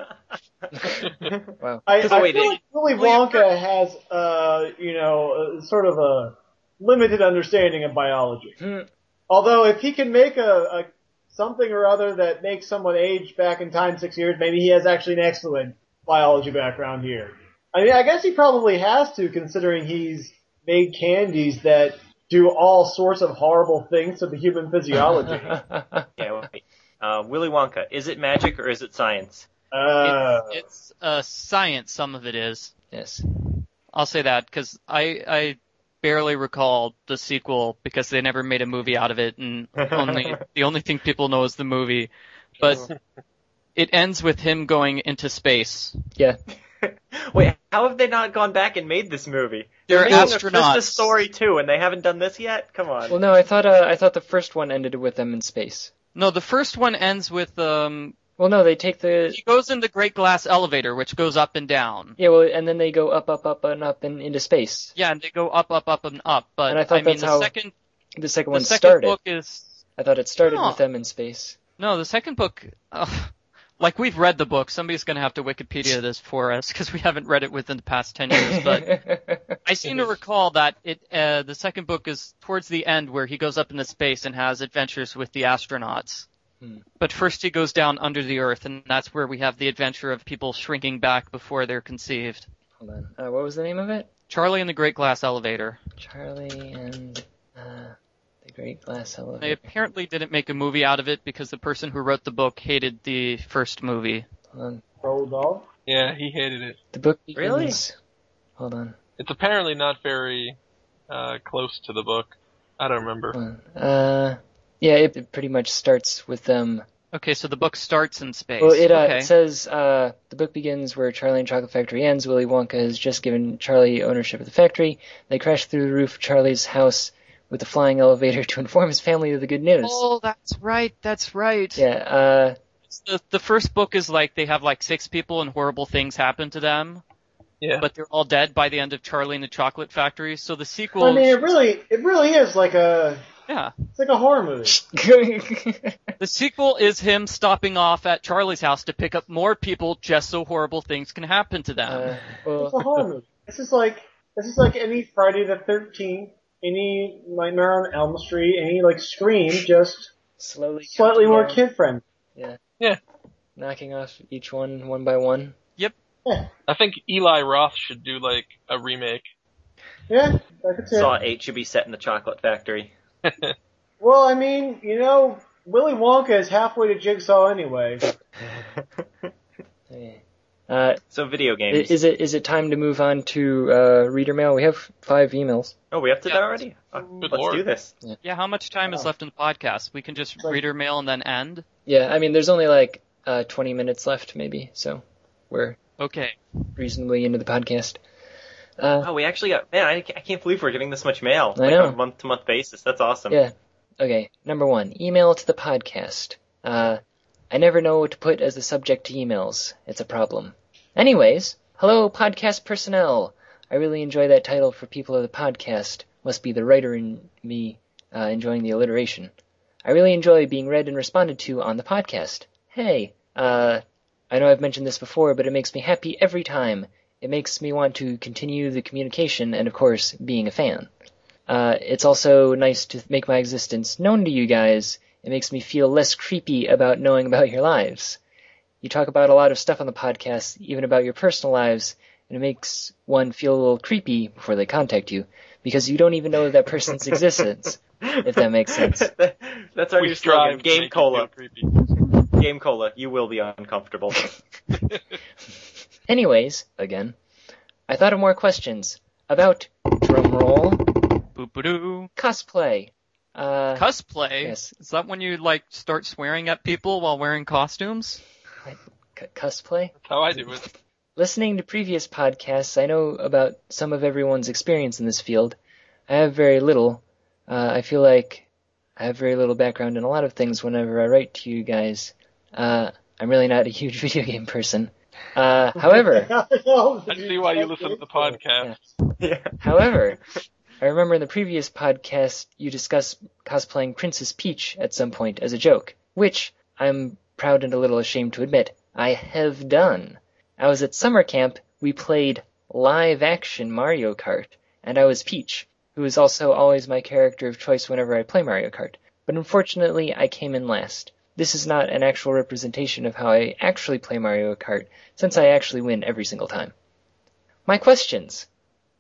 Wow.
I, I
Because, oh, wait,
feel
it-
like Willy
well, you're-
Wonka has, uh, you know, uh, sort of a limited understanding of biology.
Hmm.
Although, if he can make a, a something or other that makes someone age back in time six years, maybe he has actually an excellent biology background here. I mean, I guess he probably has to, considering he's made candies that do all sorts of horrible things to the human physiology.
Yeah, wait. Uh, Willy Wonka. Is it magic or is it science?
Uh,
It's, it's uh, science. Some of it is.
yes.
I'll say that because I I barely recall the sequel because they never made a movie out of it, and only the only thing people know is the movie. But it ends with him going into space.
Yeah.
Wait, how have they not gone back and made this movie?
They're
making A,
astronauts.
just a story too, and they haven't done this yet. Come on.
Well, no, I thought uh, I thought the first one ended with them in space.
No, the first one ends with um
Well, no, they take the
He goes in the great glass elevator, which goes up and down.
yeah, well, and then they go up, up, up, and up, and into space.
Yeah, and they go up, up, up, and up. But
And I thought
mean,
that's
the
how
second
The second
the
one
second
started.
book is
I thought it started
Huh.
with them in space.
no, the second book. Uh, like we've read the book, somebody's gonna have to Wikipedia this for us because we haven't read it within the past ten years. But I seem to recall that it uh, the second book is towards the end where he goes up into space and has adventures with the astronauts.
Hmm.
But first he goes down under the earth, and that's where we have the adventure of people shrinking back before they're conceived.
Hold on. Uh, what was the name of it?
Charlie and the Great Glass Elevator.
Charlie and uh, the Great Glass
They
Elevator.
apparently didn't make a movie out of it because the person who wrote the book hated the first movie.
Hold on.
Rolled off.
Yeah, he hated it.
The book begins.
Really?
Hold on.
It's apparently not very uh, close to the book. I don't remember.
Hold on. Uh, yeah, it, it pretty much starts with them.
Okay, so the book starts in space.
Well, it, uh,
okay.
it says uh, the book begins where Charlie and Chocolate Factory ends. Willy Wonka has just given Charlie ownership of the factory. They crash through the roof of Charlie's house with a flying elevator to inform his family of the good news.
oh, that's right, that's right.
Yeah, uh,
The, the first book is like they have like six people and horrible things happen to them,
Yeah.
but they're all dead by the end of Charlie and the Chocolate Factory. So the sequel,
I mean, it really, it really is like a,
yeah,
it's like a horror movie.
the sequel is him stopping off at Charlie's house to pick up more people just so horrible things can happen to them.
uh,
It's a
well,
horror movie. This is like this is like any Friday the Thirteenth, any Nightmare on Elm Street, any like Scream, just
slowly,
slightly
counting
more
down,
kid friendly.
knocking off each one one by one.
I think Eli Roth should do like a remake.
Yeah, I could say.
Saw Eight should be set in the chocolate factory.
Well, I mean, you know, Willy Wonka is halfway to Jigsaw anyway.
Yeah. Uh,
so video
i-
games.
is it is it time to move on to uh, reader mail? We have five emails.
oh, we up to
Yeah.
that already? Oh,
Good
let's
lord.
do this.
yeah, how much time is
Oh.
left in the podcast? We can just
Like-
read her mail and then end.
Yeah, I mean, there's only like uh, 20 minutes left, maybe, so we're
Okay.
reasonably into the podcast. Uh,
Oh, we actually got man. I, ca- I can't believe we're getting this much mail
I
like
know.
on a month to month basis. That's awesome.
Yeah. okay, number one, email to the podcast. Uh, I never know what to put as the subject to emails. It's a problem. Anyways, hello, podcast personnel. I really enjoy that title for people of the podcast. Must be the writer in me uh, enjoying the alliteration. I really enjoy being read and responded to on the podcast. Hey, uh, I know I've mentioned this before, but it makes me happy every time. It makes me want to continue the communication and, of course, being a fan. Uh, it's also nice to make my existence known to you guys. It makes me feel less creepy about knowing about your lives. You talk about a lot of stuff on the podcast, even about your personal lives, and it makes one feel a little creepy before they contact you because you don't even know that person's existence, if that makes sense.
That's our
we
new slogan.
strive to
Game
make it
cola.
feel creepy.
Game cola. You will be uncomfortable.
Anyways, again, I thought of more questions about drumroll
Boop-a-doo.
cosplay. Uh,
Cosplay?
Yes.
Is that when you like start swearing at people while wearing costumes?
c- cosplay.
That's how I do it.
Listening to previous podcasts, I know about some of everyone's experience in this field. I have very little. Uh, I feel like I have very little background in a lot of things whenever I write to you guys. Uh, I'm really not a huge video game person. Uh, however,
I see why you listen to the podcast.
yeah.
However, I remember in the previous podcast you discussed cosplaying Princess Peach at some point as a joke, which I'm proud and a little ashamed to admit I have done. I was at summer camp, we played live action Mario Kart, and I was Peach, who is also always my character of choice whenever I play Mario Kart. But unfortunately, I came in last. This is not an actual representation of how I actually play Mario Kart, since I actually win every single time. My questions.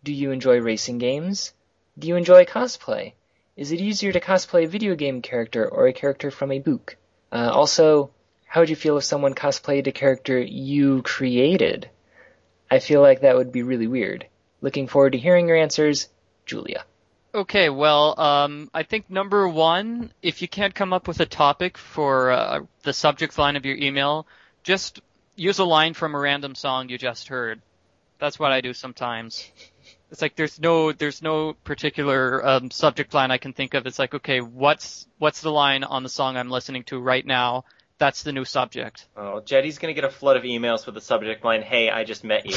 Do you enjoy racing games? Do you enjoy cosplay? Is it easier to cosplay a video game character or a character from a book? Uh, also, how would you feel if someone cosplayed a character you created? I feel like that would be really weird. Looking forward to hearing your answers, Julia.
Okay, well, um, I think number one, if you can't come up with a topic for uh, the subject line of your email, just use a line from a random song you just heard. That's what I do sometimes. It's like there's no there's no particular um, subject line I can think of. It's like okay, what's what's the line on the song I'm listening to right now That's the new subject.
Oh, Jetty's gonna get a flood of emails with the subject line, "Hey, I just met you."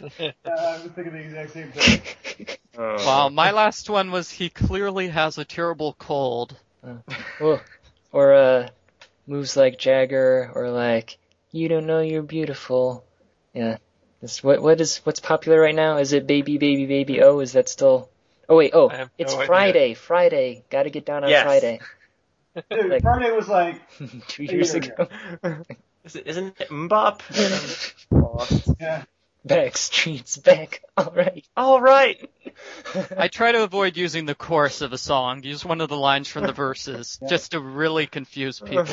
Uh, I was thinking the exact same thing.
Oh.
Wow, my last one was he clearly has a terrible cold.
Whoa. Or uh, moves like Jagger, or like you don't know you're beautiful. Yeah. This, what what is what's popular right now? Is it baby baby baby? Oh, is that still? Oh wait, oh
I have
it's
no idea.
Friday, Friday. Got to get down on
Yes.
Friday.
Dude,
Like-
Friday was like,
Two years
year
ago,
Is it- Isn't it Mbop?
yeah.
back streets back. All right.
All right.
I try to avoid using the chorus of a song, use one of the lines from the verses, just to really confuse people.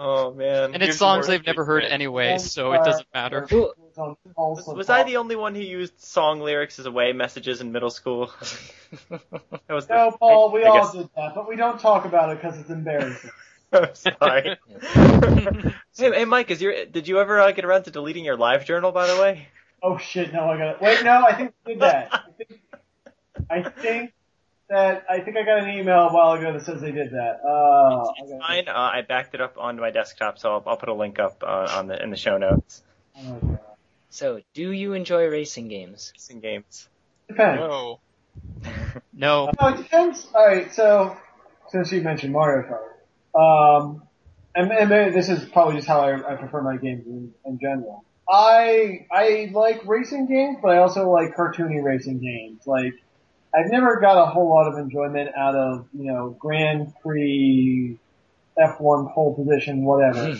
Oh man.
And it's
Here's
songs
more
they've never heard
secret.
anyway, so it doesn't matter.
Well,
was, was I the only one who used song lyrics as away messages in middle school? That was the-
No, Paul, we
I
all
guess-
did that, but we don't talk about it because it's embarrassing.
I'm sorry. hey, hey, Mike, is your did you ever uh, get around to deleting your live journal? By the way,
Oh shit, no, I got it. Wait, no, I think I did that. I think, I think that, I think I got an email a while ago that says they did that. Uh,
it's,
I
it's
gotta-
fine. Uh, I backed it up onto my desktop, so I'll, I'll put a link up uh, on the in the show notes.
oh, God.
so do you enjoy racing games?
Racing games.
Depends.
No.
No.
No, Uh, it depends. All right, so since you mentioned Mario Kart, um, and, and maybe this is probably just how I, I prefer my games in, in general. I I like racing games, but I also like cartoony racing games. Like I've never got a whole lot of enjoyment out of you know Grand Prix, F1 pole position,
Hmm.
whatever.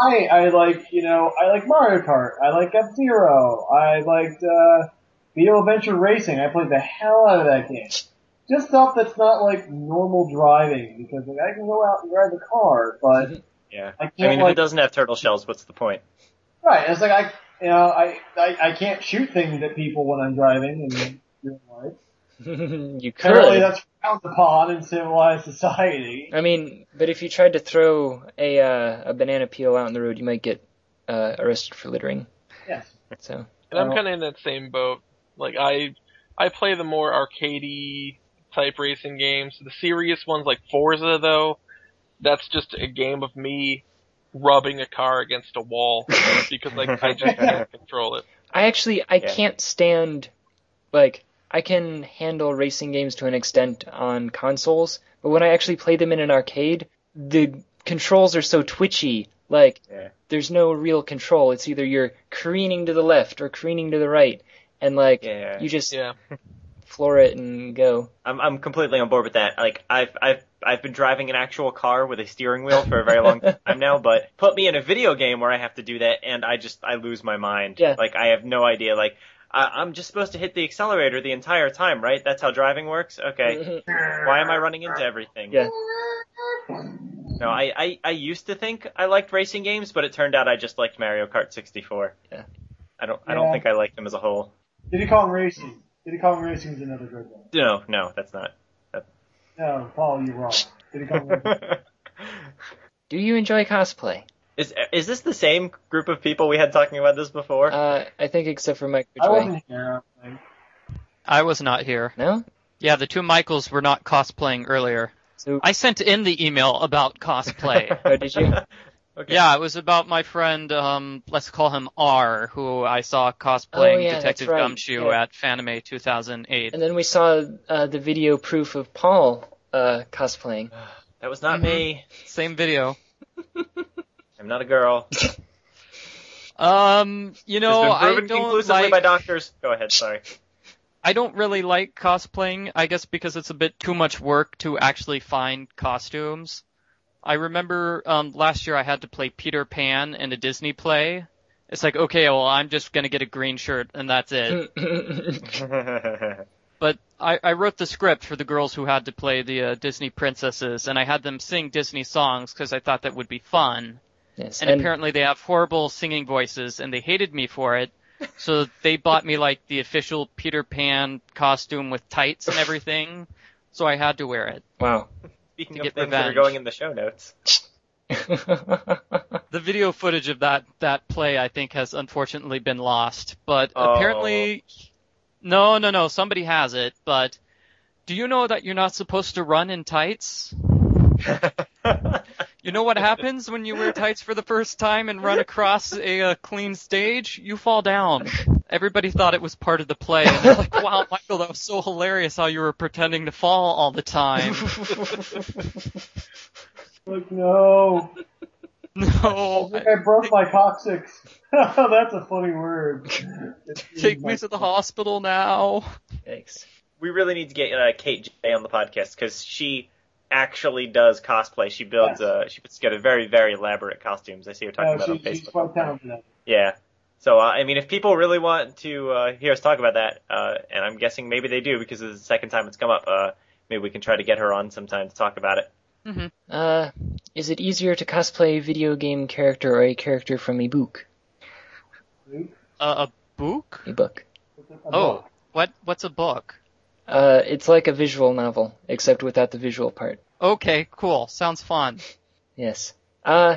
I I like you know I like Mario Kart. I like F Zero. I liked uh, Video Adventure Racing. I played the hell out of that game. Just stuff that's not like normal driving because like I can go out and drive the car, but
Yeah. Mm-hmm. I
I can't
mean, if it
like
doesn't have turtle shells, what's the point?
right. It's like I you know I, I I can't shoot things at people when I'm driving in real life.
you
Apparently
could.
that's frowned upon in civilized society.
I mean, but if you tried to throw a uh, a banana peel out in the road, you might get uh, arrested for littering.
Yes.
So
And I'm
Oh.
kind of in that same boat. Like I, I play the more arcadey type racing games. The serious ones like Forza though, that's just a game of me rubbing a car against a wall because like I just can't control it.
I actually I
Yeah.
can't stand like I can handle racing games to an extent on consoles, but when I actually play them in an arcade, the controls are so twitchy. Like
Yeah.
there's no real control. It's either you're careening to the left or careening to the right, and like
Yeah.
you just
Yeah.
floor it and go.
I'm I'm completely on board with that. Like I've I've I've been driving an actual car with a steering wheel for a very long time now, but put me in a video game where I have to do that and I just I lose my mind.
Yeah.
Like I have no idea. Like I, I'm just supposed to hit the accelerator the entire time, right? That's how driving works. Okay. Why am I running into everything?
Yeah.
No, I, I I used to think I liked racing games, but it turned out I just liked Mario Kart 64.
Yeah.
I don't I don't
Yeah.
think I like them as a whole.
Did he call him racing? Did he call him racing is another good one.
No, no, that's not.
No, Paul, you're wrong. Did he call him racing?
Do you enjoy cosplay?
is is this the same group of people we had talking about this before?
Uh, I think except for Mike
I
Ridgway.
wasn't here. I don't think.
I was not here.
No?
Yeah, the two Michaels were not cosplaying earlier.
So,
I sent in the email about cosplay.
oh, did you?
Okay.
yeah, it was about my friend, um, let's call him R, who I saw cosplaying
Oh, yeah, that's
Detective
right.
Gumshoe
Yeah.
at Fanime 2008.
And then we saw uh, the video proof of Paul uh, cosplaying.
That was
Mm-hmm.
not me.
Same video.
I'm not a girl.
Um, you know,
it's been
I
proven
don't
conclusively
like,
by doctors. Go ahead, sorry.
I don't really like cosplaying, I guess because it's a bit too much work to actually find costumes. I remember um last year I had to play Peter Pan in a Disney play. It's like, okay, well, I'm just gonna get a green shirt and that's
Hmm.
it. But I, I wrote the script for the girls who had to play the uh, Disney princesses, and I had them sing Disney songs because I thought that would be fun.
yes.
And, apparently they have horrible singing voices, and they hated me for it. So they bought me like the official Peter Pan costume with tights and everything. So I had to wear it.
wow.
Speaking
To
of
get
things that are
revenge.
going in the show notes.
The video footage of that that play I think has unfortunately been lost, but
Oh.
apparently no, no, no, somebody has it, but do you know that you're not supposed to run in tights? You know what happens when you wear tights for the first time and run across a uh, clean stage? You fall down. Everybody thought it was part of the play. And they're like, wow, Michael, that was so hilarious how you were pretending to fall all the time.
Like, no.
No.
I broke my coccyx. That's a funny word.
Take me to the hospital now.
Thanks.
we really need to get uh, Kate J on the podcast because she actually does cosplay. She builds,
Yes.
uh, she puts together very, very elaborate costumes. I see her talking
No,
about
she,
it on
she's
Facebook.
quite talented.
Yeah. So uh, I mean, if people really want to uh, hear us talk about that, uh, and I'm guessing maybe they do because it's the second time it's come up, uh, maybe we can try to get her on sometime to talk about it.
Uh, is it easier to cosplay a video game character or a character from a book?
Uh, a book?
A book.
Oh, what? What's a book?
Uh, it's like a visual novel, except without the visual part.
Okay, cool. Sounds fun.
Yes. Uh,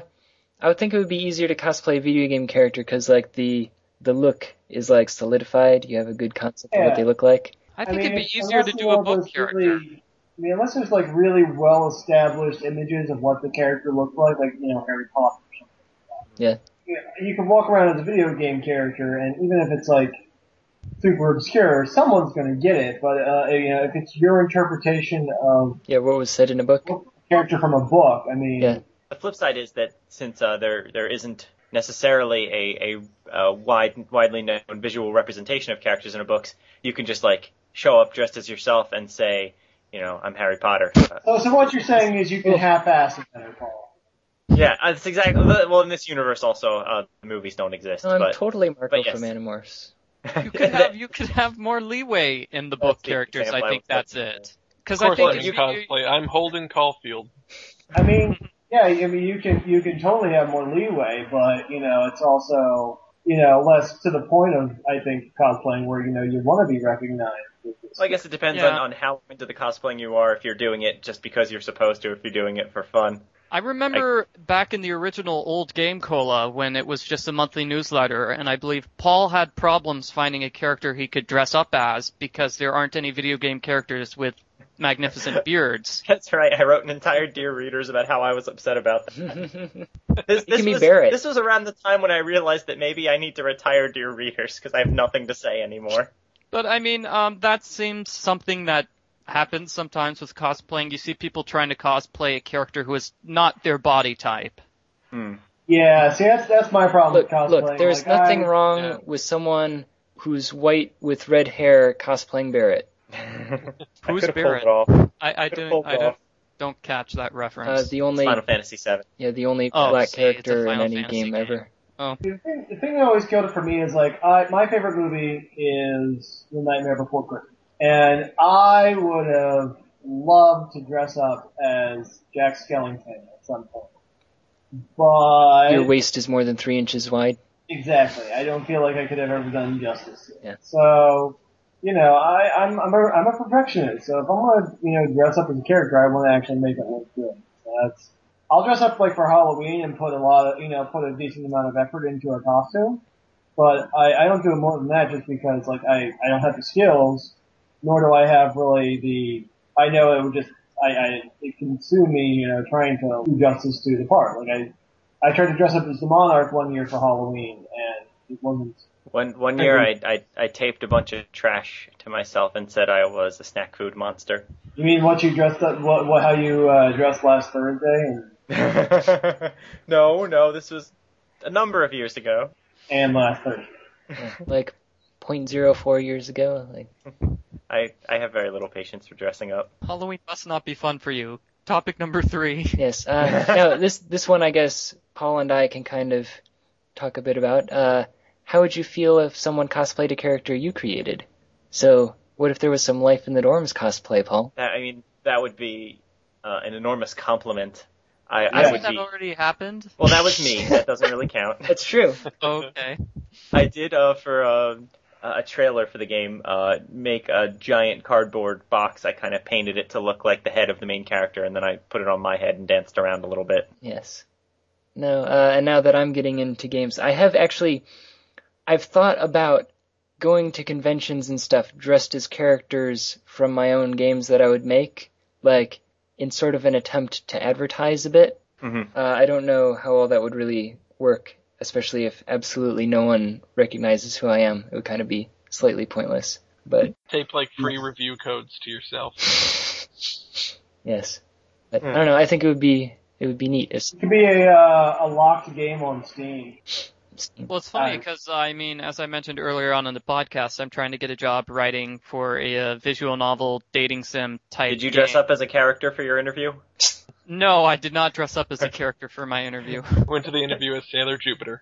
I would think it would be easier to cosplay a video game character because, like, the the look is like solidified. You have a good concept of
Yeah.
what they look like.
I think
mean,
it'd
if-
be easier to
unless
do
you
a
have
book
those
character.
Really, I mean, unless there's like really well established images of what the character looked like, like you know Harry Potter or something.
Yeah.
Like that. Yeah, you can walk around as a video game character, and even if it's like super obscure, someone's going to get it. But uh, you know, if it's your interpretation of
Yeah, what was said in a book?
a character from a book, I mean,
Yeah.
The flip side is that since uh, there there isn't necessarily a a, uh wide widely known visual representation of characters in a books, you can just like show up dressed as yourself and say, you know, I'm Harry Potter. Uh,
So, so what you're saying is you can half-ass it, then, Paul.
yeah, uh, that's exactly. Well, in this universe also, uh, movies don't exist.
No, I'm
but
totally Marco
but yes.
from Animorphs.
You could have you could have more leeway in the book
That's the
characters.
example
I
I
think
was
that's
looking
it. Because
Of
I
course,
think
I'm
you,
in cosplay. I'm Holden Caulfield.
I mean, yeah, I mean, you can you can totally have more leeway, but you know, it's also you know less to the point of I think cosplaying where you know you want to be recognized.
Well, I guess it depends
Yeah.
on, on how into the cosplaying you are, if you're doing it just because you're supposed to, if you're doing it for fun.
I remember back in the original old game Cola when it was just a monthly newsletter, and I believe Paul had problems finding a character he could dress up as because there aren't any video game characters with magnificent beards.
That's right. I wrote an entire Dear Readers about how I was upset about that. This, this,
can be
was,
Barrett.
this was around the time when I realized that maybe I need to retire Dear Readers because I have nothing to say anymore.
But I mean, um, that seems something that happens sometimes with cosplaying. You see people trying to cosplay a character who is not their body type.
Yeah, see, that's that's my problem
look,
with cosplaying.
look, there's
Like,
nothing
I,
wrong
yeah.
with someone who's white with red hair cosplaying Barrett.
Who's
I could've
Barrett?
Pulled it off.
I, I
Could've
didn't,
pulled it
I don't,
off.
don't catch that reference.
Uh, the only
Final Fantasy VII.
yeah, the only
Oh,
black
see, it's a
character in
Final
any
Fantasy
game,
game.
ever.
The thing, the thing that always killed it for me is like I, my favorite movie is The Nightmare Before Christmas, and I would have loved to dress up as Jack Skellington at some point, but
Your waist is more than three inches wide.
Exactly. I don't feel like I could have ever done justice. to it.
Yeah.
So, you know, I, I'm I'm a, I'm a perfectionist. So if I want to, you know, dress up as a character, I want to actually make it look good. So that's. I'll dress up like for Halloween and put a lot of, you know, put a decent amount of effort into a costume. But I, I don't do more than that just because like I, I don't have the skills, nor do I have really the. I know it would just I, I it consume me, you know, trying to do justice to the part. Like I I tried to dress up as the Monarch one year for Halloween, and it wasn't.
One one year, I,
Mhm.
I I taped a bunch of trash to myself and said I was a snack food monster.
You mean what you dressed up? What, what how you uh, dressed last Thursday? And,
no, no, this was a number of years ago.
and last Thursday.
like 0.04 years ago. Like
I I have very little patience for dressing up.
Halloween must not be fun for you. Topic number three.
yes, uh, now this this one I guess Paul and I can kind of talk a bit about. Uh, how would you feel if someone cosplayed a character you created? So what if there was some life in the dorms cosplay, Paul?
That, I mean, that would be uh, an enormous compliment. I, I
Hasn't
would
that
be.
already happened?
Well, that was me. That doesn't really count.
That's true.
Okay.
I did uh, for uh, a trailer for the game uh, make a giant cardboard box. I kind of painted it to look like the head of the main character, and then I put it on my head and danced around a little bit.
Yes. No, uh, and now that I'm getting into games, I have actually, I've thought about going to conventions and stuff dressed as characters from my own games that I would make, like in sort of an attempt to advertise a bit.
Mhm.
Uh, I don't know how all that would really work, especially if absolutely no one recognizes who I am. It would kind of be slightly pointless. But
Tape like free review codes to yourself.
yes, but, I don't know. I think it would be it would be neat. It's,
It could be a uh, a locked game on Steam.
it's-
Well, it's funny
Um,
because I mean, as I mentioned earlier on in the podcast, I'm trying to get a job writing for a, uh visual novel dating sim type.
Did you dress
game.
up as a character for your interview?
No, I did not dress up as a character for my interview.
Went to the interview as Sailor Jupiter.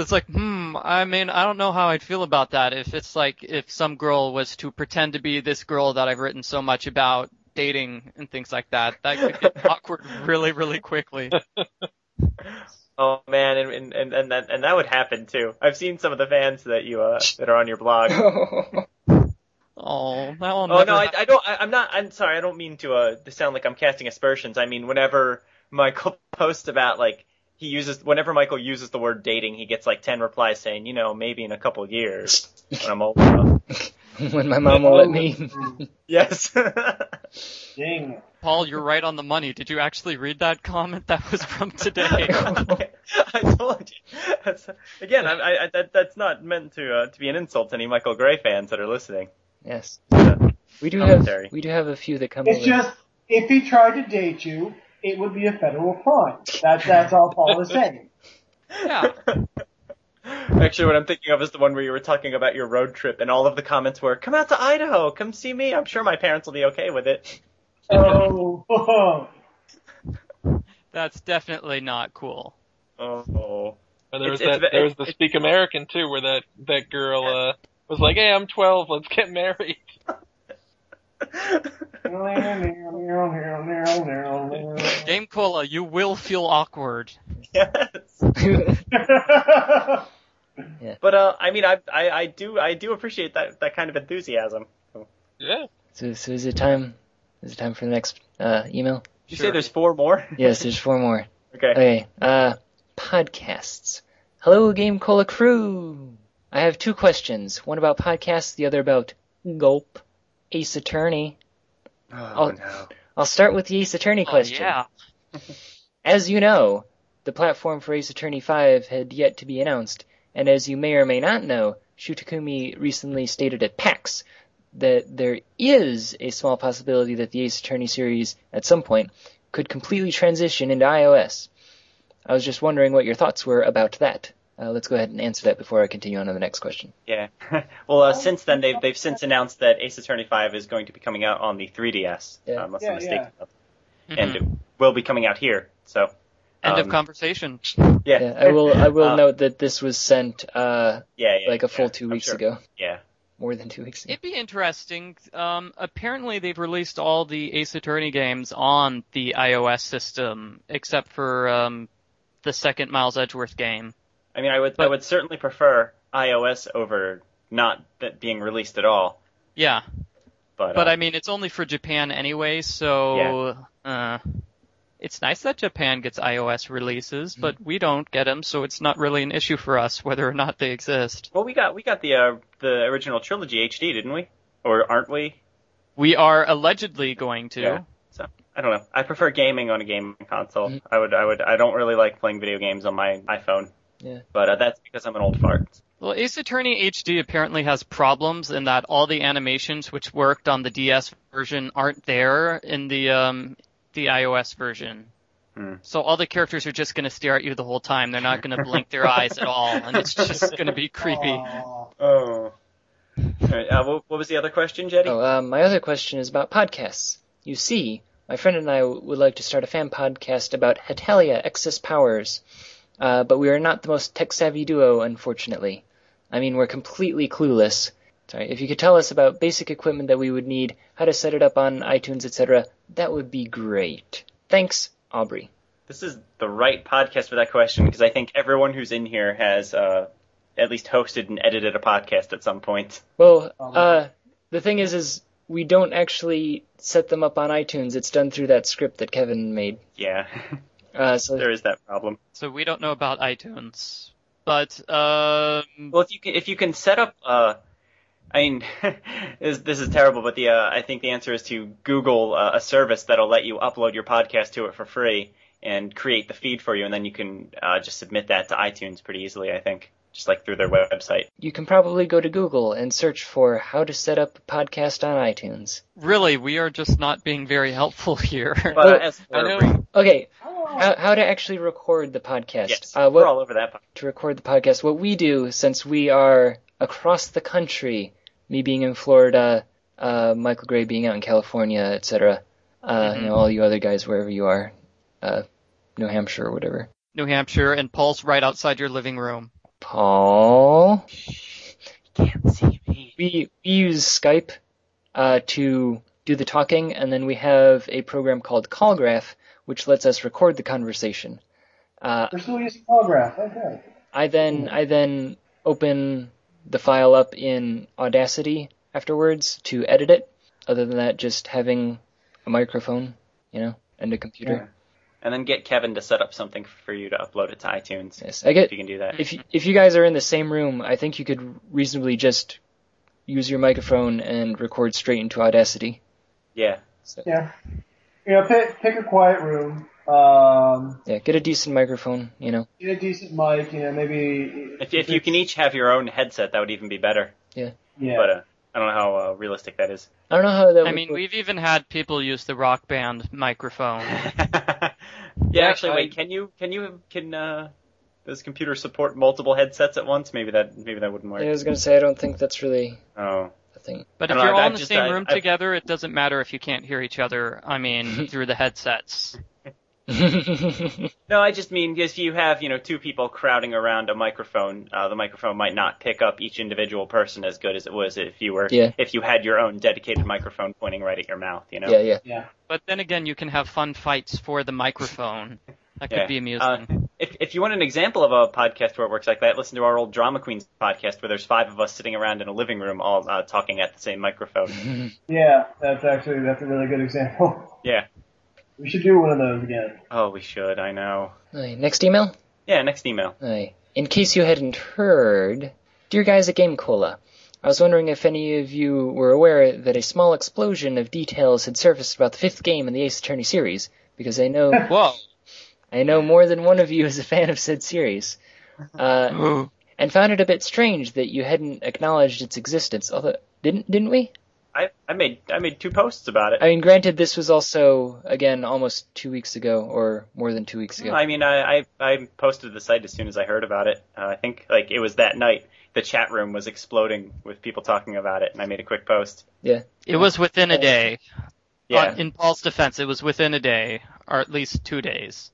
It's like, hmm, I mean, I don't know how I'd feel about that if it's like if some girl was to pretend to be this girl that I've written so much about dating and things like that. That could get awkward really, really quickly.
oh man, and and and and that, and that would happen too. I've seen some of the fans that you uh, that are on your blog.
Oh, that will
Oh
never
no, I,
hap-
I don't. I, I'm not. I'm sorry. I don't mean to uh to sound like I'm casting aspersions. I mean whenever Michael posts about like he uses whenever Michael uses the word dating, he gets like ten replies saying, you know, maybe in a couple of years when I'm old enough.
when my mom will let me.
yes.
Ding.
Paul, you're right on the money. Did you actually read that comment? That was from today.
I told you. That's, again, I, I, I- that, that's not meant to uh, to be an insult to any Michael Gray fans that are listening.
yes,
Uh,
we do
Commentary.
have we do have a few that come.
It's
over.
just if he tried to date you, it would be a federal crime. That's that's all Paul is saying.
yeah.
Actually, what I'm thinking of is the one where you were talking about your road trip, and all of the comments were, "Come out to Idaho, come see me. I'm sure my parents will be okay with it."
Oh,
That's definitely not cool.
Oh,
And there was
It's- it's
that.
ve-
there was the
it's-
Speak American too, where that that girl uh, was like, "Hey, I'm 12. Let's get married."
Game Cola, you will feel awkward.
yes. But uh, I mean, I, I I do I do appreciate that that kind of enthusiasm.
Yeah.
so, so is it time? Is it time for the next uh, email?
Did you say
Sure.
there's four more?
Yes, there's four more.
Okay.
Okay, uh, podcasts. Hello, Game Cola crew. I have two questions. One about podcasts, the other about Gulp, Ace Attorney.
Oh,
I'll, I'll start with the Ace Attorney
Oh,
question.
yeah.
As you know, the platform for Ace Attorney 5 had yet to be announced, and as you may or may not know, Shutakumi recently stated at PAX that there is a small possibility that the Ace Attorney series, at some point, could completely transition into iOS. I was just wondering what your thoughts were about that. Uh, let's go ahead and answer that before I continue on to the next question.
Yeah. well,
Oh.
uh, since then they've they've since announced that Ace Attorney 5 is going to be coming out on the 3DS,
Yeah.
uh, unless
Yeah,
I'm mistaken, and
Mhm.
it will be coming out here. So.
End of
um,
conversation.
Yeah.
Yeah, I will. I will
Uh,
note that this was sent uh,
Yeah, yeah,
like a full
yeah,
two
I'm
weeks
sure.
ago,
Yeah.
more than two weeks ago.
It'd be interesting. Um, apparently, they've released all the Ace Attorney games on the iOS system, except for um, the second Miles Edgeworth game.
I mean, I would I
But-
would certainly prefer iOS over not that being released at all.
Yeah,
But,
but
uh,
I mean, it's only for Japan anyway, so uh, it's nice that Japan gets iOS releases,
Mm-hmm.
but we don't get them, so it's not really an issue for us whether or not they exist.
well, we got we got the uh, the original trilogy HD, didn't we? Or aren't we?
We are allegedly going to.
Yeah. So I don't know. I prefer gaming on a gaming console.
Mm-hmm.
Mhm.
I would I would I don't really like playing video games on my iPhone.
Yeah.
But uh, that's because I'm an old fart.
Well, Ace Attorney HD apparently has problems in that all the animations which worked on the DS version aren't there in the um, the iOS version.
Hmm.
So all the characters are just going to stare at you the whole time. They're not going to blink their eyes at all, and it's just going to be creepy.
Oh. All right, uh, what, what was the other question, Jetty?
Oh, um, my other question is about podcasts. You see, my friend and I w- would like to start a fan podcast about Hetalia Excess Powers, uh, but we are not the most tech savvy duo, unfortunately. I mean, we're completely clueless. Sorry, if you could tell us about basic equipment that we would need, how to set it up on iTunes, etc., that would be great. Thanks, Aubrey.
This is the right podcast for that question because I think everyone who's in here has uh, at least hosted and edited a podcast at some point.
Well,
Um,
uh, the thing is, is we don't actually set them up on iTunes. It's done through that script that Kevin made.
Yeah,
Uh, so
there is that problem.
So we don't know about iTunes, but um,
Well, if you can, if you can set up uh, I mean, this, this is terrible, but the uh, I think the answer is to Google uh, a service that'll let you upload your podcast to it for free and create the feed for you, and then you can uh, just submit that to iTunes pretty easily. I think just like through their website.
You can probably go to Google and search for how to set up a podcast on iTunes.
Really, we are just not being very helpful here.
But uh, as for
I know-
re-
Okay,
Oh,
how, how to actually record the podcast?
yes,
uh,
we're
what,
all over that.
to record the podcast. What we do, since we are across the country, me being in Florida, uh, Michael Gray being out in California, etc. Uh, You know, all you other guys wherever you are, uh, New Hampshire or whatever.
New Hampshire, and Paul's right outside your living room.
Paul,
Can't see me.
we we use Skype uh, to do the talking, and then we have a program called CallGraph, which lets us record the conversation. Uh,
We're still using Telegraph. Okay.
I
Hmm.
then I then open the file up in Audacity afterwards to edit it. Other than that, just having a microphone, you know, and a computer.
And then get Kevin to set up something for you to upload it to iTunes.
Yes, I
If
get.
you can do that.
If you, if you guys are in the same room, I think you could reasonably just use your microphone and record straight into Audacity.
Yeah.
So,
Yeah. You know, pick, pick a quiet room. Um,
yeah, get a decent microphone, you know.
get a decent mic. You know, maybe.
If if you can each have your own headset, that would even be better.
Yeah.
But uh, I don't know how uh, realistic that is.
I don't know how that.
I
would
mean,
work.
we've even had people use the rock band microphone.
Um, yeah,
Yeah,
actually, wait.
I-
Can you can you can uh, does computer support multiple headsets at once? Maybe that maybe that wouldn't work.
Yeah, I was gonna say I don't think that's really
Oh,
a thing.
But
I
if
don't
you're
know,
all
I
in the
just-
same
I-
room
I-
together, it doesn't matter if you can't hear each other. I mean, through the headsets.
no, I just mean if you have you know two people crowding around a microphone, uh, the microphone might not pick up each individual person as good as it was if you were
Yeah.
if you had your own dedicated microphone pointing right at your mouth. You know.
yeah, yeah.
yeah.
But then again, you can have fun fights for the microphone. That could
Yeah.
be amusing.
Uh, if, if you want an example of a podcast where it works like that, listen to our old Drama Queens podcast where there's five of us sitting around in a living room all uh, talking at the same microphone.
Yeah. That's actually that's a really good example.
Yeah.
We should do one of those again.
Oh, we should. I know.
Aye, Next email.
Yeah, next email.
Aye. In case you hadn't heard, dear guys at Game Cola, I was wondering if any of you were aware that a small explosion of details had surfaced about the fifth game in the Ace Attorney series, because I know
Whoa.
I know more than one of you is a fan of said series. Uh,
Ooh.
and found it a bit strange that you hadn't acknowledged its existence. Although didn't didn't we?
I, I made I made two posts about it.
I mean, granted, this was also again almost two weeks ago, or more than two weeks ago.
I mean, I, I I posted the site as soon as I heard about it. Uh, I think like it was that night. The chat room was exploding with people talking about it, and I made a quick post.
It was within a day.
Yeah,
Uh, In Paul's defense, it was within a day, or at least two days.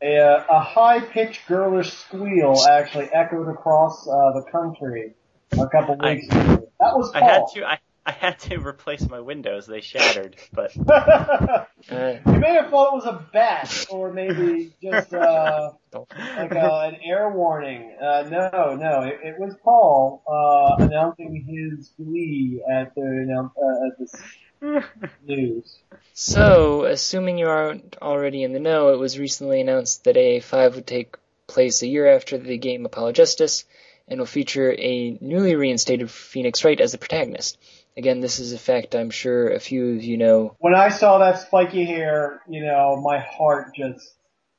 A, uh, a high-pitched girlish squeal actually echoed across uh, the country a couple
I-
weeks ago. That was
I had
Paul.
to I, I had to replace my windows. They shattered, but
Uh,
you may have thought it was a bat, or maybe just uh, like uh, an air warning. Uh, no, no, it, it was Paul uh, announcing his glee at the annou- uh, at this news.
So, assuming you aren't already in the know, it was recently announced that AA5 would take place a year after the game Apologestus and will feature a newly reinstated Phoenix Wright as the protagonist. Again, this is a fact I'm sure a few of you know.
When I saw that spiky hair, you know, my heart just,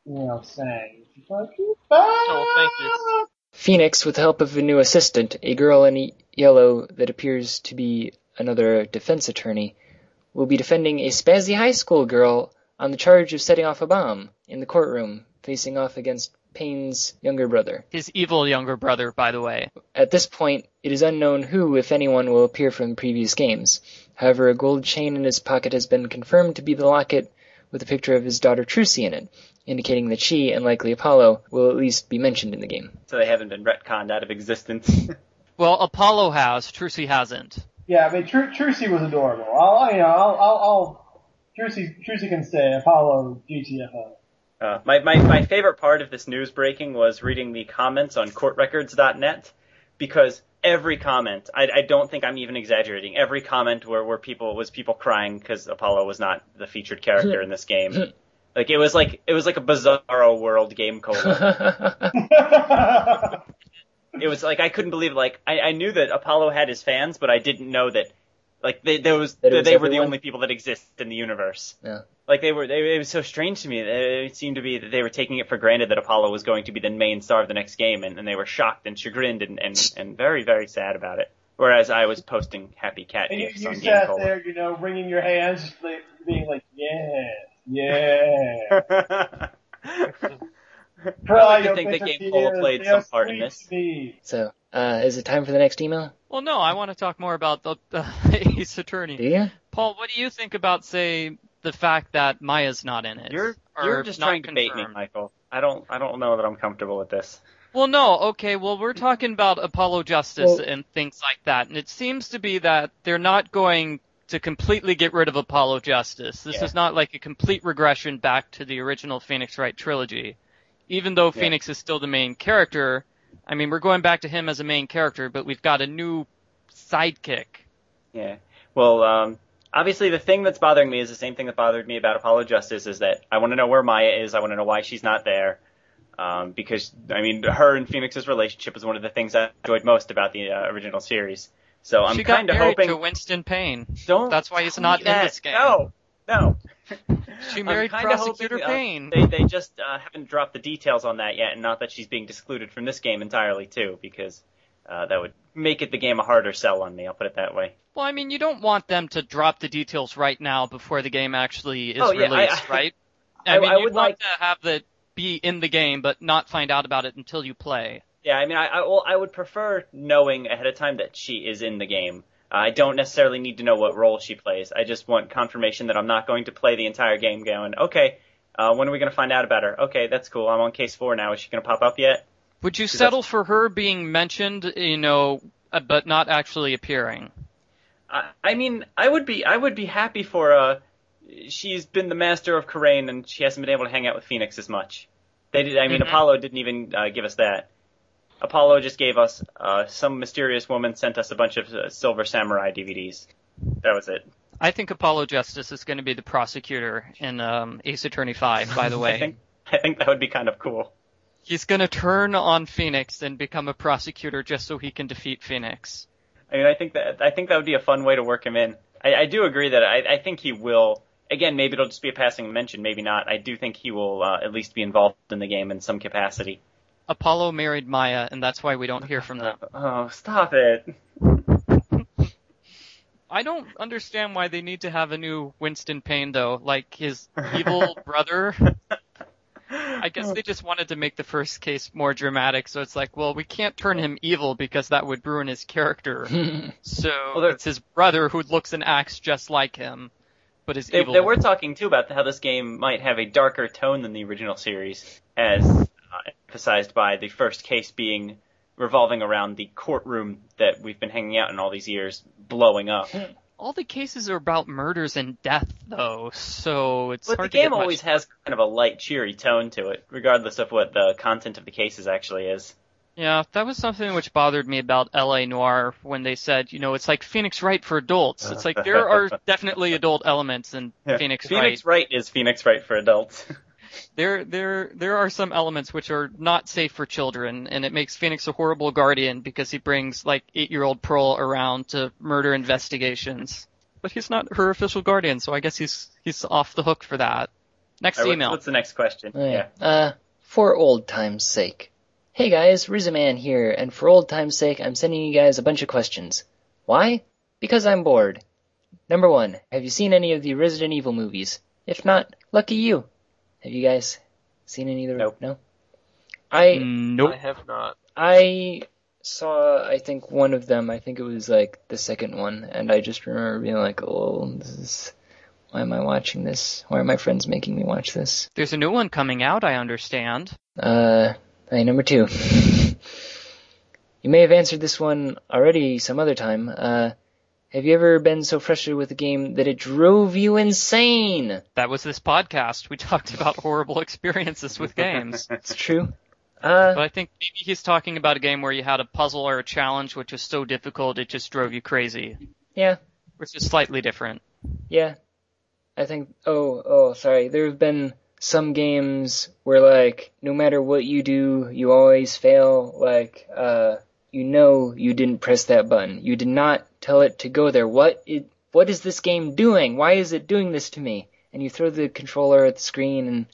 you know, sang. It's Like,
Oh, thank you.
Phoenix, with the help of a new assistant, a girl in ye- yellow that appears to be another defense attorney, will be defending a spazzy high school girl on the charge of setting off a bomb in the courtroom, facing off against Payne's younger brother.
His evil younger brother, by the way.
At this point, it is unknown who, if anyone, will appear from previous games. However, a gold chain in his pocket has been confirmed to be the locket with a picture of his daughter Trucy in it, indicating that she, and likely Apollo, will at least be mentioned in the game.
so they haven't been retconned out of existence.
Well, Apollo has, Trucy hasn't.
Yeah, I mean, Tru- Trucy was adorable. I'll, you know, I'll, I'll, I'll Trucy, Trucy can stay. Apollo GTFO.
Uh, my, my, my favorite part of this news breaking was reading the comments on courtrecords.net because every comment, I, I don't think I'm even exaggerating, every comment where, where people was people crying because Apollo was not the featured character in this game. Like it Oh, was like it was like a bizarro world game cola.
I
it was like I couldn't believe like I, I knew that Apollo had his fans, but I didn't know that like they there was
That
that
it was
they were the
everyone?
only people that exist in the universe.
Yeah.
Like they were they, it was so strange to me. that It seemed to be that they were taking it for granted that Apollo was going to be the main star of the next game and, and they were shocked and chagrined and, and, and very, very sad about it. Whereas I was posting happy cat
And you,
gifs
you
on Game
sat
Cola.
there, you know, wringing your hands, just like, being like, yeah, yeah.
like to think that Game Cola
Pictures,
played
they
some
are
part in
sweet
this.
to me.
So, uh, is it time for the next email?
Well, no, I want to talk more about the, the Ace Attorney.
Do you?
Paul, what do you think about say the fact that Maya's not in it?
you're
Or
you're just
not
trying to bait me,
confirmed?
Michael. I don't I don't know that I'm comfortable with this.
Well, no, okay, well, we're talking about Apollo Justice
Well-
and things like that, and it seems to be that they're not going to completely get rid of Apollo Justice. This
Yeah.
is not like a complete regression back to the original Phoenix Wright trilogy. Even though
Yeah.
Phoenix is still the main character, I mean, we're going back to him as a main character, but we've got a new sidekick.
Yeah. Well, um, obviously the thing that's bothering me is the same thing that bothered me about Apollo Justice is that I want to know where Maya is. I want to know why she's not there. Um, because I mean, her and Phoenix's relationship is one of the things I enjoyed most about the uh, original series. So I'm
she got
kind of
married
hoping.
to Winston Payne.
Don't.
That's why he's
tell
not
me
in
that.
this game.
No. No.
She
I'm
married
kinda
Prosecutor
hoping, uh,
Payne.
They they just uh, haven't dropped the details on that yet, and not that she's being excluded from this game entirely too, because uh, that would make it the game a harder sell on me. I'll put it that way.
Well, I mean, you don't want them to drop the details right now before the game actually is
Oh, yeah, I-
released,
I-
right?
I-
mean,
I
you'd
would
want
like-
to have the be in the game, but not find out about it until you play.
Yeah, I mean, I, I well, I would prefer knowing ahead of time that she is in the game. I don't necessarily need to know what role she plays. I just want confirmation that I'm not going to play the entire game going, okay, uh, when are we going to find out about her? Okay, that's cool. I'm on case four now. Is she going to pop up yet?
Would you
'Cause
settle for her being mentioned, you know, uh, but not actually appearing?
I, I mean, I would be, I would be happy for. Uh, she's been the master of Karain, and she hasn't been able to hang out with Phoenix as much. They did. I mean,
Mhm.
Apollo didn't even uh, give us that. Apollo just gave us uh, some mysterious woman sent us a bunch of uh, Silver Samurai DVDs. That was it.
I think Apollo Justice is going to be the prosecutor in um, Ace Attorney 5, by the
I
way.
think I think that would be kind of cool.
He's going to turn on Phoenix and become a prosecutor just so he can defeat Phoenix.
I mean, I think that I think that would be a fun way to work him in. I, I do agree that I, I think he will. Again, maybe it'll just be a passing mention, maybe not. I do think he will uh, at least be involved in the game in some capacity.
Apollo married Maya, and that's why we don't hear from them.
Oh, stop it!
I don't understand why they need to have a new Winston Payne though, like his evil brother. I guess they just wanted to make the first case more dramatic, so it's like, well, we can't turn him evil because that would ruin his character. So
Well, there-
it's his brother who looks and acts just like him, but is
They,
evil.
they were talking too about how this game might have a darker tone than the original series, as uh, emphasized by the first case being revolving around the courtroom that we've been hanging out in all these years, blowing up.
All the cases are about murders and death though, so it's
But the
hard to
game
get much-
always has kind of a light, cheery tone to it, regardless of what the content of the cases actually is.
Yeah, that was something which bothered me about LA Noir when they said, you know, it's like Phoenix Wright for adults. It's like there are definitely adult elements in Phoenix Wright.
Phoenix Wright is Phoenix Wright for adults.
There there there are some elements which are not safe for children and it makes Phoenix a horrible guardian because he brings like 8-year-old Pearl around to murder investigations. But he's not her official guardian, so I guess he's he's off the hook for that. Next
All right,
email.
What's the next question?
Oh, yeah. Uh, for old time's sake. Hey guys, Rizaman here, and for old time's sake, I'm sending you guys a bunch of questions. Why? Because I'm bored. Number one, have you seen any of the Resident Evil movies? If not, lucky you. Have you guys seen any of the?
Nope.
No. I
Nope.
I have not.
I saw, I think, one of them. I think it was like the second one, and I just remember being like, "Oh, this is why am I watching this? Why are my friends making me watch this?"
There's a new one coming out, I understand.
Uh, hey, number two. you may have answered this one already some other time. Uh, have you ever been so frustrated with a game that it drove you insane?
That was this podcast. We talked about horrible experiences with games.
It's true. Uh,
But I think maybe he's talking about a game where you had a puzzle or a challenge which was so difficult it just drove you crazy,
yeah.
which is slightly different.
Yeah. I think oh oh sorry. There have been some games where like no matter what you do, you always fail. Like uh, you know you didn't press that button. You did not tell it to go there. What it? What is this game doing? Why is it doing this to me? And you throw the controller at the screen and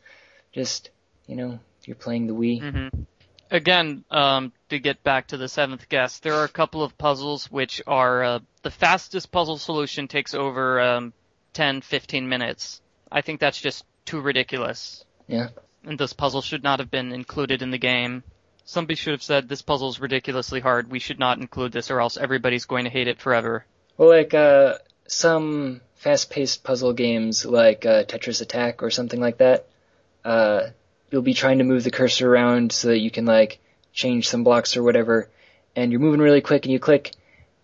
just you know you're playing the Wii.
hmm Again, um, to get back to the seventh guess, there are a couple of puzzles which are uh, the fastest puzzle solution takes over um, 10, 15 minutes. I think that's just too ridiculous.
Yeah.
And this puzzle should not have been included in the game. Somebody should have said this puzzle's ridiculously hard. We should not include this, or else everybody's going to hate it forever.
Well, like uh, some fast-paced puzzle games, like uh, Tetris Attack or something like that, uh, you'll be trying to move the cursor around so that you can like change some blocks or whatever, and you're moving really quick and you click,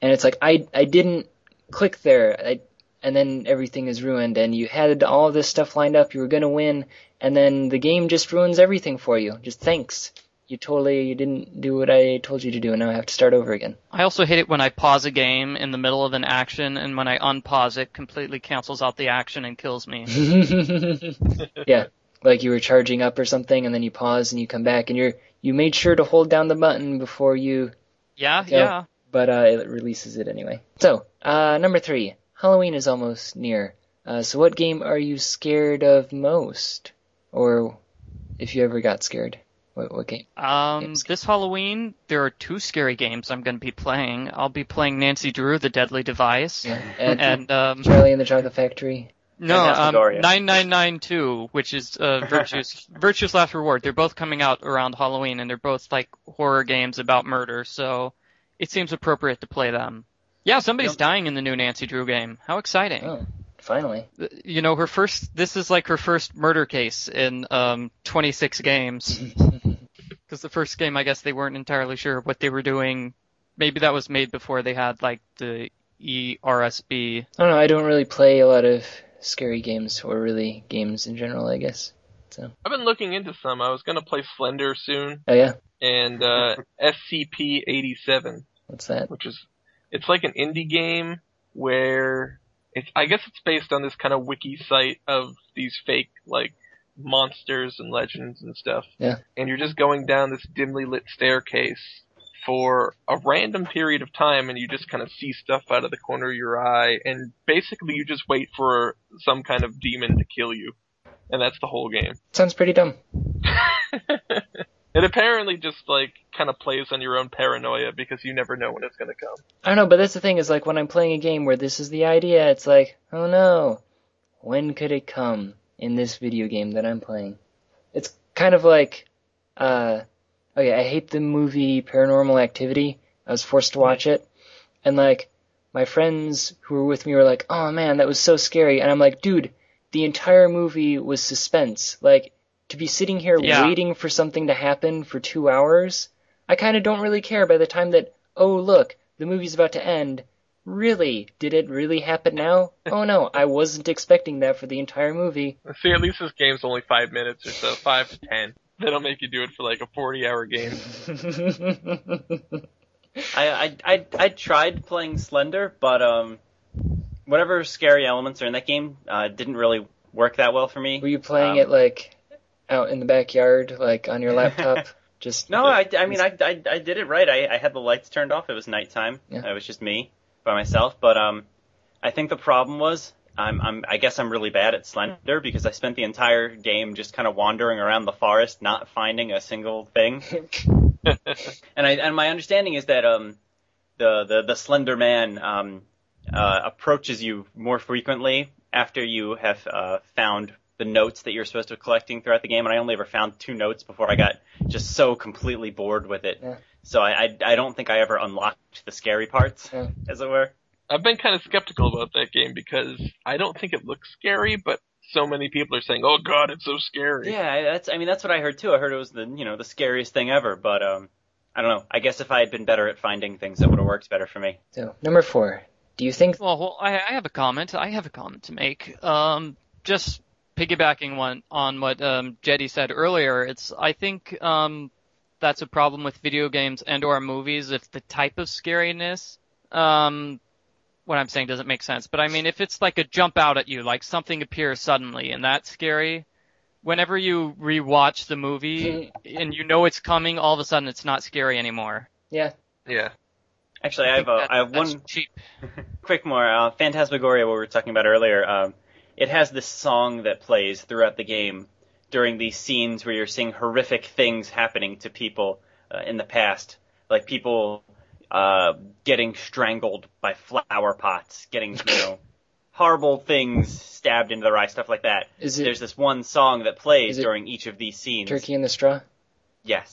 and it's like I I didn't click there, I, and then everything is ruined, and you had all this stuff lined up, you were gonna win, and then the game just ruins everything for you. Just thanks. You totally you didn't do what I told you to do, and now I have to start over again.
I also hate it when I pause a game in the middle of an action, and when I unpause it, completely cancels out the action and kills me.
yeah, like you were charging up or something, and then you pause and you come back, and you're you made sure to hold down the button before you,
yeah,
Yeah.
yeah.
but uh, it releases it anyway. So uh, number three, Halloween is almost near. Uh, so what game are you scared of most, or if you ever got scared? What, what game?
Um,
Games.
this Halloween, there are two scary games I'm going to be playing. I'll be playing Nancy Drew, The Deadly Device,
And,
and um,
Charlie and the Chocolate Factory.
no,
And
um,
Asmodeus.
9992, which is uh, Virtue's Virtue's Last Reward. They're both coming out around Halloween, and they're both like horror games about murder. So it seems appropriate to play them. Yeah, somebody's
Yep.
dying in the new Nancy Drew game. How exciting!
Oh, finally.
you know her first this is like her first murder case in um 26 games because the first game i guess they weren't entirely sure what they were doing maybe that was made before they had like the E ersb
I don't know. I don't really play a lot of scary games or really games in general. I guess.
I've been looking into some. I was gonna play Slender soon,
Oh yeah,
and uh, SCP-87.
what's that?
which is it's like an indie game where it's I guess it's based on this kind of wiki site of these fake like monsters and legends and stuff.
Yeah.
And you're just going down this dimly lit staircase for a random period of time and you just kind of see stuff out of the corner of your eye and basically you just wait for some kind of demon to kill you. And that's the whole game.
Sounds pretty dumb.
It apparently just like kind of plays on your own paranoia because you never know when it's going to come.
I don't know, but that's the thing is like when I'm playing a game where this is the idea, it's like, oh no, when could it come in this video game that I'm playing? It's kind of like, uh, okay, I hate the movie Paranormal Activity. I was forced to watch it, and like my friends who were with me were like, oh man, that was so scary, and I'm like, dude, the entire movie was suspense. Like to be sitting here
Yeah.
waiting for something to happen for two hours, I kind of don't really care. By the time that, oh look, the movie's about to end. Really? Did it really happen now? Oh no, I wasn't expecting that for the entire movie.
See, at least this game's only five minutes or so, five to ten. They don't make you do it for like a forty-hour game.
I, I I I tried playing Slender, but um, whatever scary elements are in that game uh, didn't really work that well for
Were
me.
you playing
Um,
it like out in the backyard, like on your laptop? Just
No, I, I mean I, I I did it right. I I had the lights turned off. It was nighttime.
Yeah.
It was just me by myself. But um, I think the problem was I'm I'm I guess I'm really bad at Slender because I spent the entire game just kind of wandering around the forest, not finding a single thing. and I and my understanding is that um the the the Slender Man um uh, approaches you more frequently after you have uh, found the notes that you're supposed to be collecting throughout the game. And I only ever found two notes before I got just so completely bored with it.
Yeah.
So I, I I don't think I ever unlocked the scary parts,
Yeah.
as it were.
I've been kind of skeptical about that game because I don't think it looks scary, but so many people are saying, "Oh God, it's so scary."
Yeah, I- that's I mean that's what I heard too. I heard it was the you know the scariest thing ever. But um I don't know. I guess if I had been better at finding things, that would have worked better for me.
so number four. Do you think?
well, well I, I have a comment i have a comment to make um just piggybacking one on what um jetty said earlier it's i think um that's a problem with video games and or movies if the type of scariness um what I'm saying doesn't make sense, but I mean if it's like a jump out at you, like something appears suddenly and that's scary, whenever you rewatch the movie and you know it's coming, all of a sudden it's not scary anymore.
Yeah.
Actually, I, have
think
a,
that-
I have
that's
one
cheap.
quick more. Uh, Phantasmagoria, what we were talking about earlier, um, it has this song that plays throughout the game during these scenes where you're seeing horrific things happening to people uh, in the past, like people uh, getting strangled by flower pots, getting you know horrible things stabbed into their eye, stuff like that.
Is it
There's this one song that plays
Is it
during each of these scenes.
Turkey in the Straw?
Yes.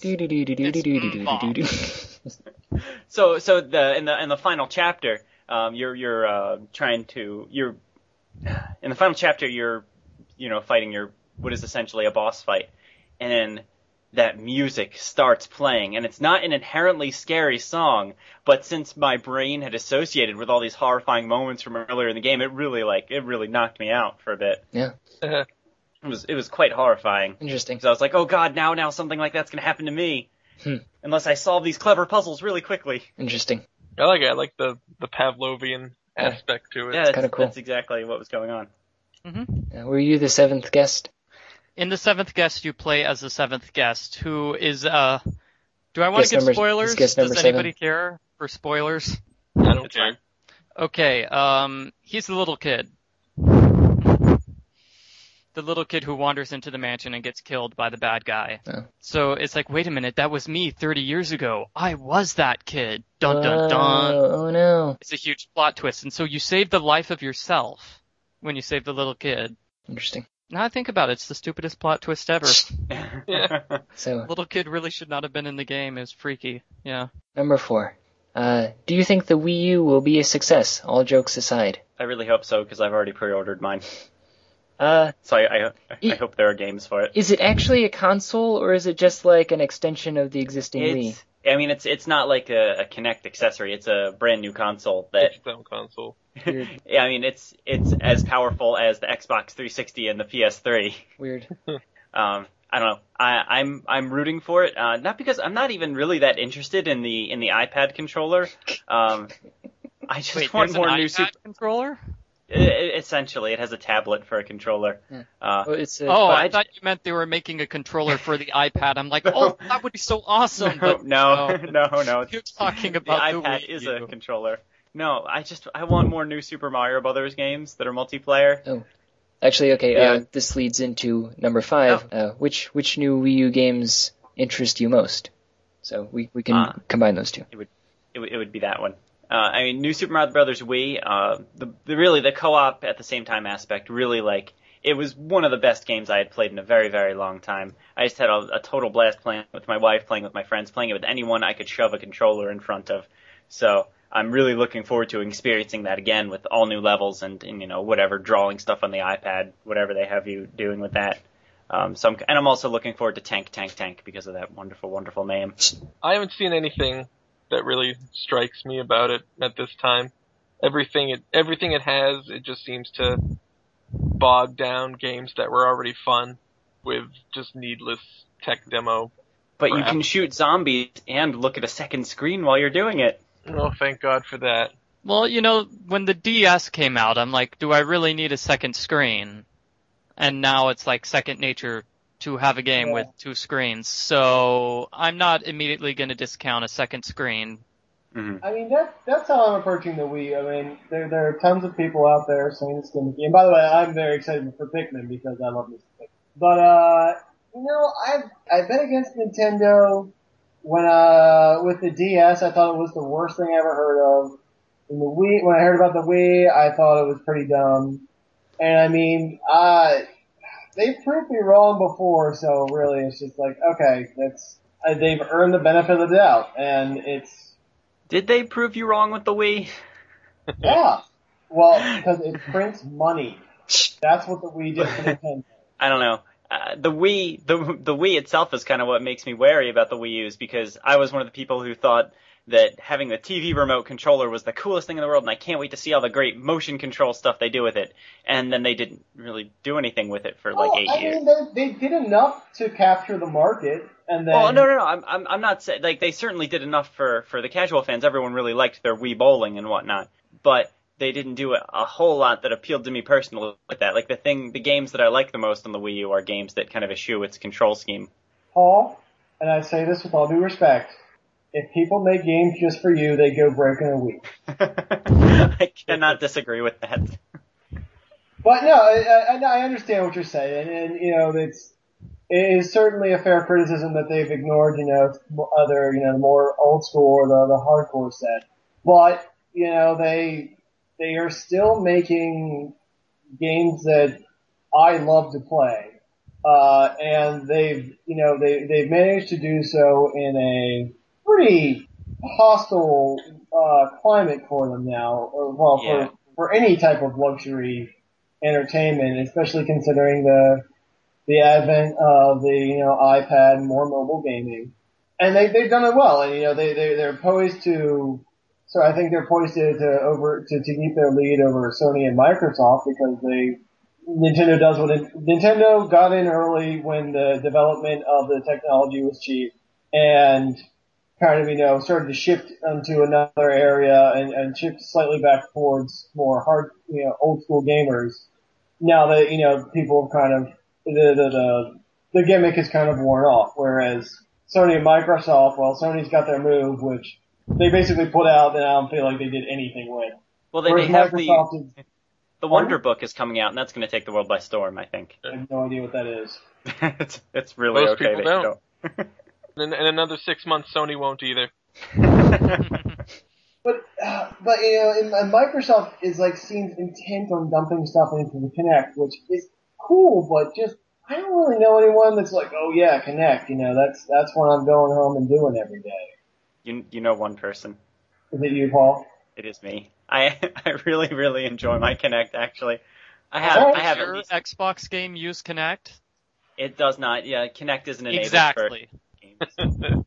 Do-do-do-do-do-do-do-do-do-do.
So so the in the in the final chapter, um, you're you're uh, trying to you're in the final chapter you're you know fighting your what is essentially a boss fight, and that music starts playing, and it's not an inherently scary song, but since my brain had associated with all these horrifying moments from earlier in the game, it really like it really knocked me out for a bit.
Yeah.
it was it was quite horrifying.
Interesting.
So I was like, oh god, now now something like that's gonna happen to me.
Hmm.
Unless I solve these clever puzzles really quickly.
Interesting.
I like it. I like the the Pavlovian aspect to it.
Yeah, that's,
kinda cool.
that's exactly what was going on.
Mm-hmm.
Uh, were you the seventh guest?
In the seventh guest, you play as the seventh guest, who is uh. Do I want
Guest
to give
number-
spoilers?
it's guest
Does
number seven.
anybody care for spoilers?
I don't
It's
care.
Okay, um, he's the little kid. The little kid who wanders into the mansion and gets killed by the bad guy.
Oh.
So it's like, wait a minute, that was me 30 years ago. I was that kid. Dun dun dun.
Oh, oh no.
It's a huge plot twist. And so you save the life of yourself when you save the little kid.
Interesting.
Now I think about it, it's the stupidest plot twist ever.
fine.
So
little kid really should not have been in the game. It's freaky. Yeah.
number four. Uh, do you think the Wii U will be a success? All jokes aside.
I really hope so because I've already pre-ordered mine,
Uh,
so I, I I
It-
hope there are games for it.
is it actually a console or is it just like an extension of the existing Wii?
It's I mean it's it's not like a, a Kinect accessory. It's a brand new console that
It's on console.
Weird.
yeah, I mean it's it's as powerful as the Xbox 360 and the PS3.
Weird.
um, I don't know. I, I'm I'm rooting for it. Uh, not because I'm not even really that interested in the in the iPad controller. Um, I just
Wait,
want
there's
more
an
new.
iPad
Super,
controller?
e- essentially, it has a tablet for a controller.
Yeah.
Uh,
Oh, it's a,
Oh,
but
I,
I-
thought you meant they were making a controller for the iPad. I'm like,
No.
oh, that would be so awesome.
no,
But
no, no, no.
you're talking
The
about the
iPad
Wii
is
U.
a controller. No, I just I want more new Super Mario Brothers games that are multiplayer.
actually okay. Uh,
Yeah.
this leads into number five. Uh, which which new Wii U games interest you most? So we we can
Ah.
combine those two.
It, would- it would be that one. Uh, I mean, New Super Mario Brothers Wii. Uh, the, the really the co-op at the same time aspect really like it was one of the best games I had played in a very very long time. I just had a, a total blast playing with my wife, playing with my friends, playing it with anyone I could shove a controller in front of. So I'm really looking forward to experiencing that again with all new levels and, and you know whatever drawing stuff on the iPad, whatever they have you doing with that. Um, so I'm, and I'm also looking forward to Tank Tank Tank because of that wonderful wonderful name.
I haven't seen anything that really strikes me about it at this time. Everything it everything it has, it just seems to bog down games that were already fun with just needless tech demo.
But you
Crap.
can shoot zombies and look at a second screen while you're doing it.
Oh, thank God for that.
Well, you know, when the DS came out, I'm like, do I really need a second screen? And now it's like second nature to have a game
Yeah.
with two screens. So I'm not immediately going to discount a second screen.
I mean, that, that's how I'm approaching the Wii. I mean, there, there are tons of people out there saying it's going to be. And by the way, I'm very excited for Pikmin because I love this Pikmin. But, uh, you know, I've, I've been against Nintendo when, uh, with the DS, I thought it was the worst thing I ever heard of. And the Wii, when I heard about the Wii, I thought it was pretty dumb. And I mean, uh, they've proved me wrong before, so really it's just like, okay, that's, uh, they've earned the benefit of the doubt. And it's,
Did they prove you wrong with the Wii?
yeah. Well, because it prints money. That's what the Wii did for Nintendo.
I don't know. Uh, the Wii, the the Wii itself is kind of what makes me wary about the Wii U's because I was one of the people who thought that having the TV remote controller was the coolest thing in the world, and I can't wait to see all the great motion control stuff they do with it. And then they didn't really do anything with it for like
Well,
eight
Oh, I
years.
mean, they, they did enough to capture the market, and then
Oh no no no! I'm I'm I'm not saying like they certainly did enough for for the casual fans. Everyone really liked their Wii bowling and whatnot, but they didn't do a, a whole lot that appealed to me personally with that. Like the thing, the games that I like the most on the Wii U are games that kind of eschew its control scheme.
Paul, and I say this with all due respect, if people make games just for you, they go broke in a week.
I cannot disagree with that.
But no, I, I, I- I understand what you're saying, and you know it's it is certainly a fair criticism that they've ignored, you know, other you know the more old school or the the hardcore set. But you know they they are still making games that I love to play, uh, and they've you know they they've managed to do so in a pretty hostile uh, climate for them now, or well
Yeah.
for for any type of luxury entertainment, especially considering the the advent of the you know iPad and more mobile gaming. And they they've done it well, and you know they they they're poised to. So I think they're poised to, to over to, to keep their lead over Sony and Microsoft because they Nintendo does what it, Nintendo got in early when the development of the technology was cheap and kind of you know started to shift into another area and, and shift slightly back towards more hard you know old school gamers. Now that you know people have kind of the the the, the gimmick is kind of worn off, whereas Sony and Microsoft, well, Sony's got their move, which they basically put out, and I don't feel like they did anything with.
Well, they, they
Whereas
have
Microsoft
the
is-
the Wonder Book is coming out, and that's going to take the world by storm. I think
I have no idea what that is.
it's it's really
Most
okay
people
that
don't.
you
And in another six months, Sony won't either.
But uh, but you know, and, and Microsoft is like seems intent on dumping stuff into the Kinect, which is cool, but just I don't really know anyone that's like, oh yeah, Kinect. You know, that's that's what I'm going home and doing every day.
You you know one person.
Is it you, Paul?
It is me. I I really really enjoy my Kinect. Actually, I have
Oh,
I have at
Your
least,
Xbox game use Connect?
it does not. Yeah, Kinect isn't enabled for
Exactly.
games.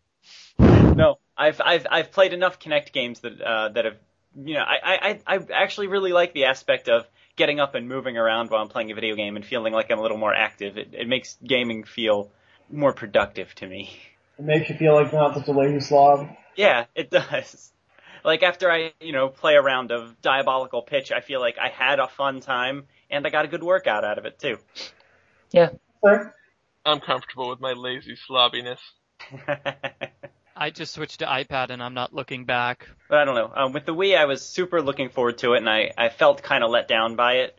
no, I've I've I've played enough Kinect games that uh, that have you know I, I I I actually really like the aspect of getting up and moving around while I'm playing a video game and feeling like I'm a little more active. It, it makes gaming feel more productive to me.
It makes you feel like you're not such a lazy slob.
Yeah, it does. Like after I you know play a round of Diabolical Pitch, I feel like I had a fun time and I got a good workout out of it too.
Sir?
I'm comfortable with my lazy slobbiness.
but
I just switched to iPad and I'm not looking back.
I don't know. Um, with the Wii, I was super looking forward to it, and I, I felt kind of let down by it.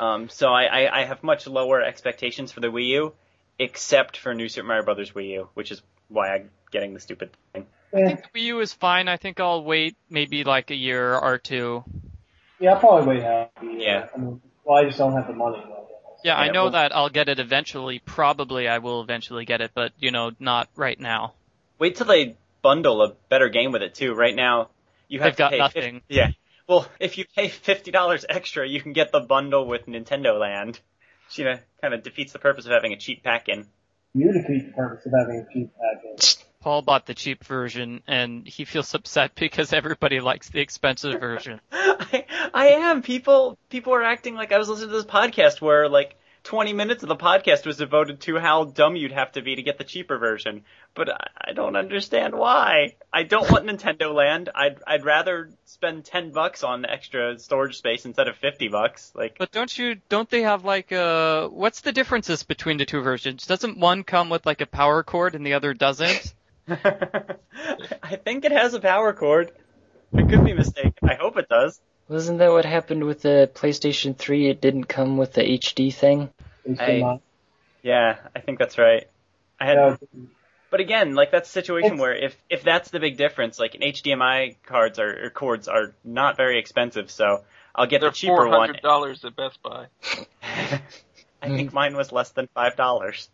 Um, so I, I, I have much lower expectations for the Wii U, except for New Super Mario Brothers Wii U, which is why I'm getting the stupid thing.
I
Eh,
think the Wii U is fine. I think I'll wait maybe like a year or two.
yeah, I probably would have.
Yeah.
I mean, well, I just don't have the money. though.
Yeah, I
Yeah,
know
well-
that I'll get it eventually. Probably I will eventually get it, but you know, not right now.
Wait till they bundle a better game with it too. Right now, you have
They've got
to pay
nothing.
fif- yeah. Well, if you pay fifty dollars extra, you can get the bundle with Nintendo Land. Which, You know, kind of defeats the purpose of having a cheap pack in.
You defeat the purpose of having a cheap package.
Paul bought the cheap version and he feels upset because everybody likes the expensive version.
I, I am. People people are acting like I was listening to this podcast where like twenty minutes of the podcast was devoted to how dumb you'd have to be to get the cheaper version. But I, I don't understand why. I don't want Nintendo Land. I'd I'd rather spend ten bucks on extra storage space instead of fifty bucks. Like
But don't you don't they have like uh what's the differences between the two versions? Doesn't one come with like a power cord and the other doesn't?
I think it has a power cord. I could be mistaken. I hope it does.
Wasn't that what happened with the PlayStation 3? It didn't come with the HD thing.
It's
Hey.
not-
Yeah, I think that's right. I had,
no,
but again, like that's a situation
It's-
where if if that's the big difference, like an HDMI cards are or cords are not very expensive, so I'll get
They're
the cheaper one.
$400 at Best Buy.
I think mine was less than five dollars.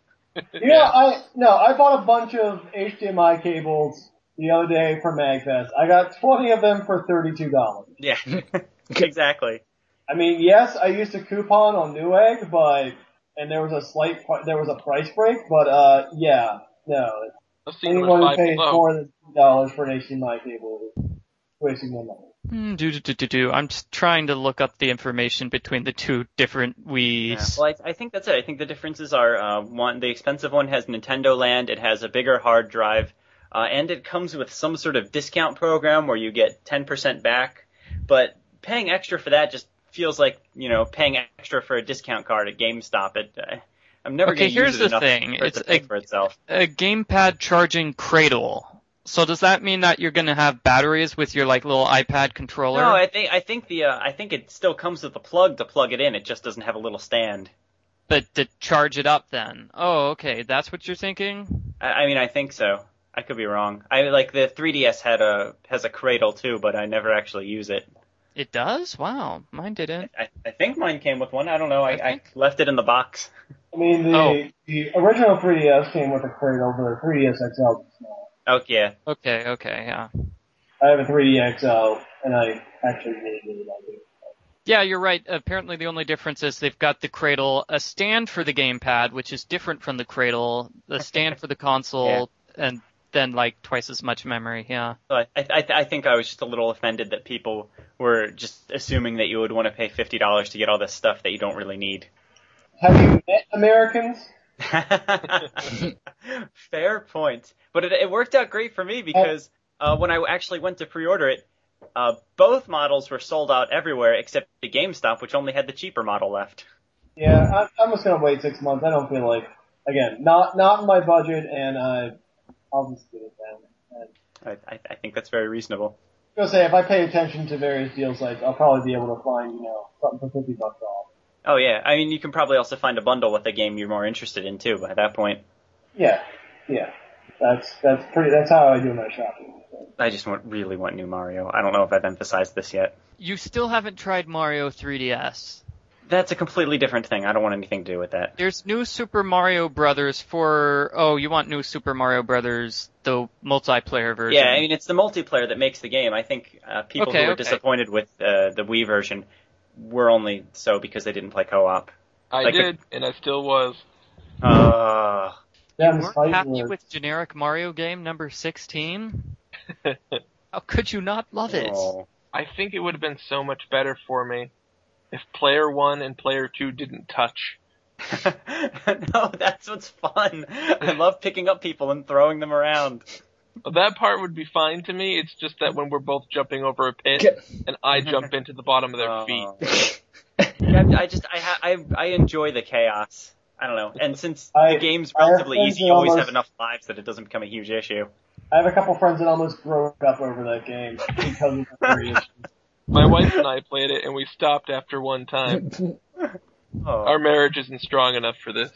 You know, I no, I bought a bunch of HDMI cables the other day for Magfest. I got twenty of them for thirty-two dollars.
Yeah, exactly.
I mean, yes, I used a coupon on Newegg, but and there was a slight pri- there was a price break, but uh, yeah, no,
I've seen them at
anyone who
five
pays
below.
more than two dollars for an HDMI cable is wasting their money.
Hmm, do do do do do. I'm just trying to look up the information between the two different
Yeah.
Wii's.
Well, I, I think that's it. I think the differences are uh, one, the expensive one has Nintendo Land, it has a bigger hard drive, uh, and it comes with some sort of discount program where you get 10% back. But paying extra for that just feels like you know paying extra for a discount card at GameStop. It, uh, I'm never going
Okay,
to
here's
use it
the
enough
thing.
for it to
It's
pay
a-
for itself.
a gamepad charging cradle. So does that mean that you're gonna have batteries with your like little iPad controller?
No, I think I think the uh, I think it still comes with the plug to plug it in. It just doesn't have a little stand.
but to charge it up then. Oh, okay, that's what you're thinking.
I, I mean, I think so. I could be wrong. I like the 3DS had a has a cradle too, but I never actually use it.
It does. Wow, mine didn't.
I, I think mine came with one. I don't know. I,
I
I,
think-
left it in the box.
I mean, the,
Oh.
the original
E
3DS came with a cradle, but the 3DS XL does not.
Oh yeah.
Okay, okay, yeah,
I have a
E
3D XL, and I actually really, really like it.
yeah, you're right. Apparently, the only difference is they've got the cradle, a stand for the gamepad, which is different from the cradle, the stand for the console, and then like twice as much memory. Yeah.
So I, I I I think I was just a little offended that people were just assuming that you would want to pay fifty dollars to get all this stuff that you don't really need.
Have you met Americans?
Fair point. But it, it worked out great for me because uh, when I actually went to pre-order it, uh, both models were sold out everywhere except the GameStop, which only had the cheaper model left.
Yeah, I, I'm just gonna wait six months. I don't feel like, again, not not in my budget, and I, I'll just get it then. And
I, I, I think that's very reasonable.
I was gonna say if I pay attention to various deals, like I'll probably be able to find you know something for 50 bucks off.
Oh yeah, I mean you can probably also find a bundle with a game you're more interested in too. By that point,
Yeah, yeah. That's that's pretty. That's how I do my shopping.
I just want really want new Mario. I don't know if I've emphasized this yet.
You still haven't tried Mario 3DS.
That's a completely different thing. I don't want anything to do with that.
There's new Super Mario Brothers for oh, you want new Super Mario Brothers the multiplayer version.
Yeah, I mean it's the multiplayer that makes the game. I think uh, people
Okay,
who were
okay.
disappointed with uh, the Wii version were only so because they didn't play co-op.
I
Like a-
did, and I still was.
Uh,
Yeah,
you
this
weren't
fight
happy
was-
with generic Mario game number 16? How could you not love it?
oh.
I think it would have been so much better for me if player one and player two didn't touch.
no, that's what's fun. I love picking up people and throwing them around.
That part would be fine to me. It's just that when we're both jumping over a pit and I jump into the bottom of their
Uh,
feet.
yeah, I just I, ha- I I enjoy the chaos. I don't know. And since
I-
the game's
I have
relatively
friends
easy,
who
you always
almost-
have enough lives that it doesn't become a huge issue.
I have a couple friends that almost broke up over that game because of the 3DS.
My wife and I played it, and we stopped after one time.
Oh.
Our marriage isn't strong enough for this.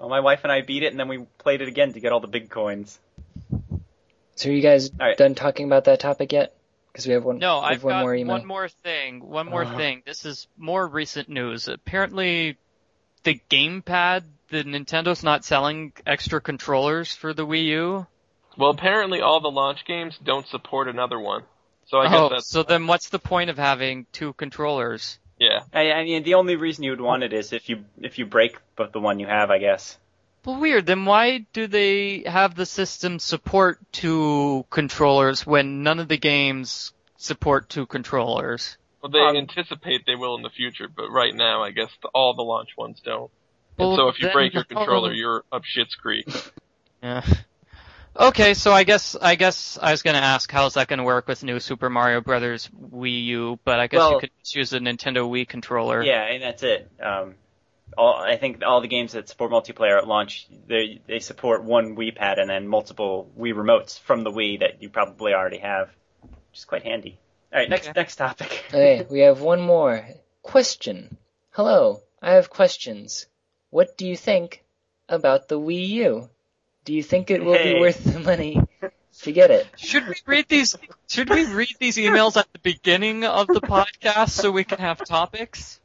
Well, my wife and I beat it, and then we played it again to get all the big coins.
So are you guys
All right.
done talking about that topic yet? Because we have one.
No,
we have
I've
one
got
more email. Uh-huh.
one more thing. One more
Uh.
thing. This is more recent news. Apparently, the gamepad, the Nintendo's not selling extra controllers for the Wii U.
Well, apparently all the launch games don't support another one. So I guess
oh,
that's
so then what's the point of having two controllers?
yeah.
I, I mean, the only reason you would want it is if you if you break but the one you have, I guess.
Well, weird. Then why do they have the system support two controllers when none of the games support two controllers?
Well, they
Um,
anticipate they will in the future, but right now I guess the, all the launch ones don't.
Well,
and so if you
then
break your
how-
controller, you're up shit's creek.
Yeah. Okay, so I guess I guess I was gonna ask how's that gonna work with new Super Mario Brothers Wii U, but I guess you
Well-
could just use a Nintendo Wii controller.
Yeah, and that's it. Um, all I think all the games that support multiplayer at launch, they they support one Wii pad and then multiple Wii remotes from the Wii that you probably already have, which is quite handy. All right, next
Okay.
next topic.
Okay, we have one more question. Hello, I have questions. What do you think about the Wii U? Do you think it will
Hey.
be worth the money to get it?
Should we read these should we read these emails at the beginning of the podcast so we can have topics?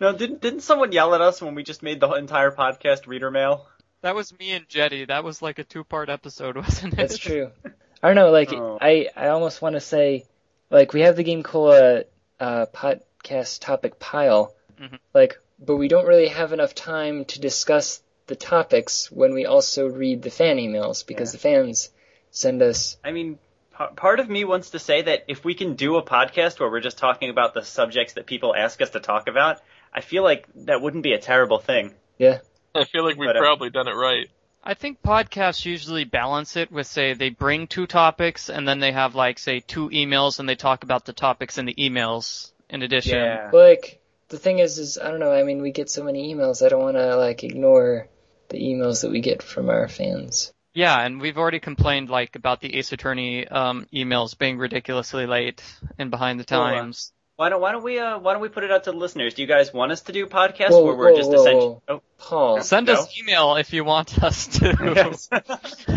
No, didn't didn't someone yell at us when we just made the entire podcast reader mail?
That was me and Jetty. That was like a two part episode, wasn't it?
That's true. I don't know. Like
Oh.
I, I almost want to say, like we have the Game Cola uh, podcast topic pile,
Mhm.
like, but we don't really have enough time to discuss the topics when we also read the fan emails because the fans send us.
I mean, pa- part of me wants to say that if we can do a podcast where we're just talking about the subjects that people ask us to talk about, I feel like that wouldn't be a terrible thing.
Yeah,
I feel like we've
But, uh,
probably done it right.
I think podcasts usually balance it with say they bring two topics and then they have like say two emails and they talk about the topics in the emails in addition.
Yeah.
Well, like the thing is, is I don't know. I mean, we get so many emails. I don't want to like ignore the emails that we get from our fans.
Yeah, and we've already complained like about the Ace Attorney um, emails being ridiculously late and behind the
Well, uh,
times.
Why don't Why don't we uh, Why don't we put it out to the listeners? Do you guys want us to do podcasts
Whoa,
where we're
whoa,
just
whoa,
essentially? Oh,
Paul,
Send
no.
us email if you want us to.
Yes.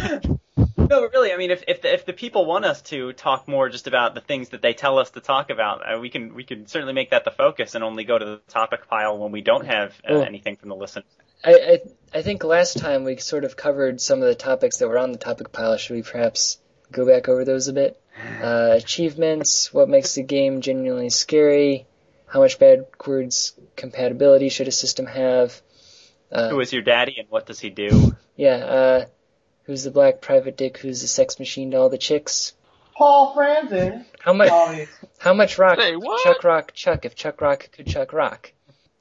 no, but really. I mean, if if the, if the people want us to talk more just about the things that they tell us to talk about, uh, we can we can certainly make that the focus and only go to the topic pile when we don't have uh,
Well-
anything from the listeners.
I, I I think last time we sort of covered some of the topics that were on the topic pile. Should we perhaps go back over those a bit? Uh, achievements, what makes the game genuinely scary, how much backwards compatibility should a system have? Uh,
Who is your daddy and what does he do?
yeah, uh, who's the black private dick? Who's the sex machine to all the chicks?
Paul Franzen,
How much?
Oh.
obviously.
How much rock?
Say what?
Chuck Rock Chuck. If Chuck Rock could Chuck Rock.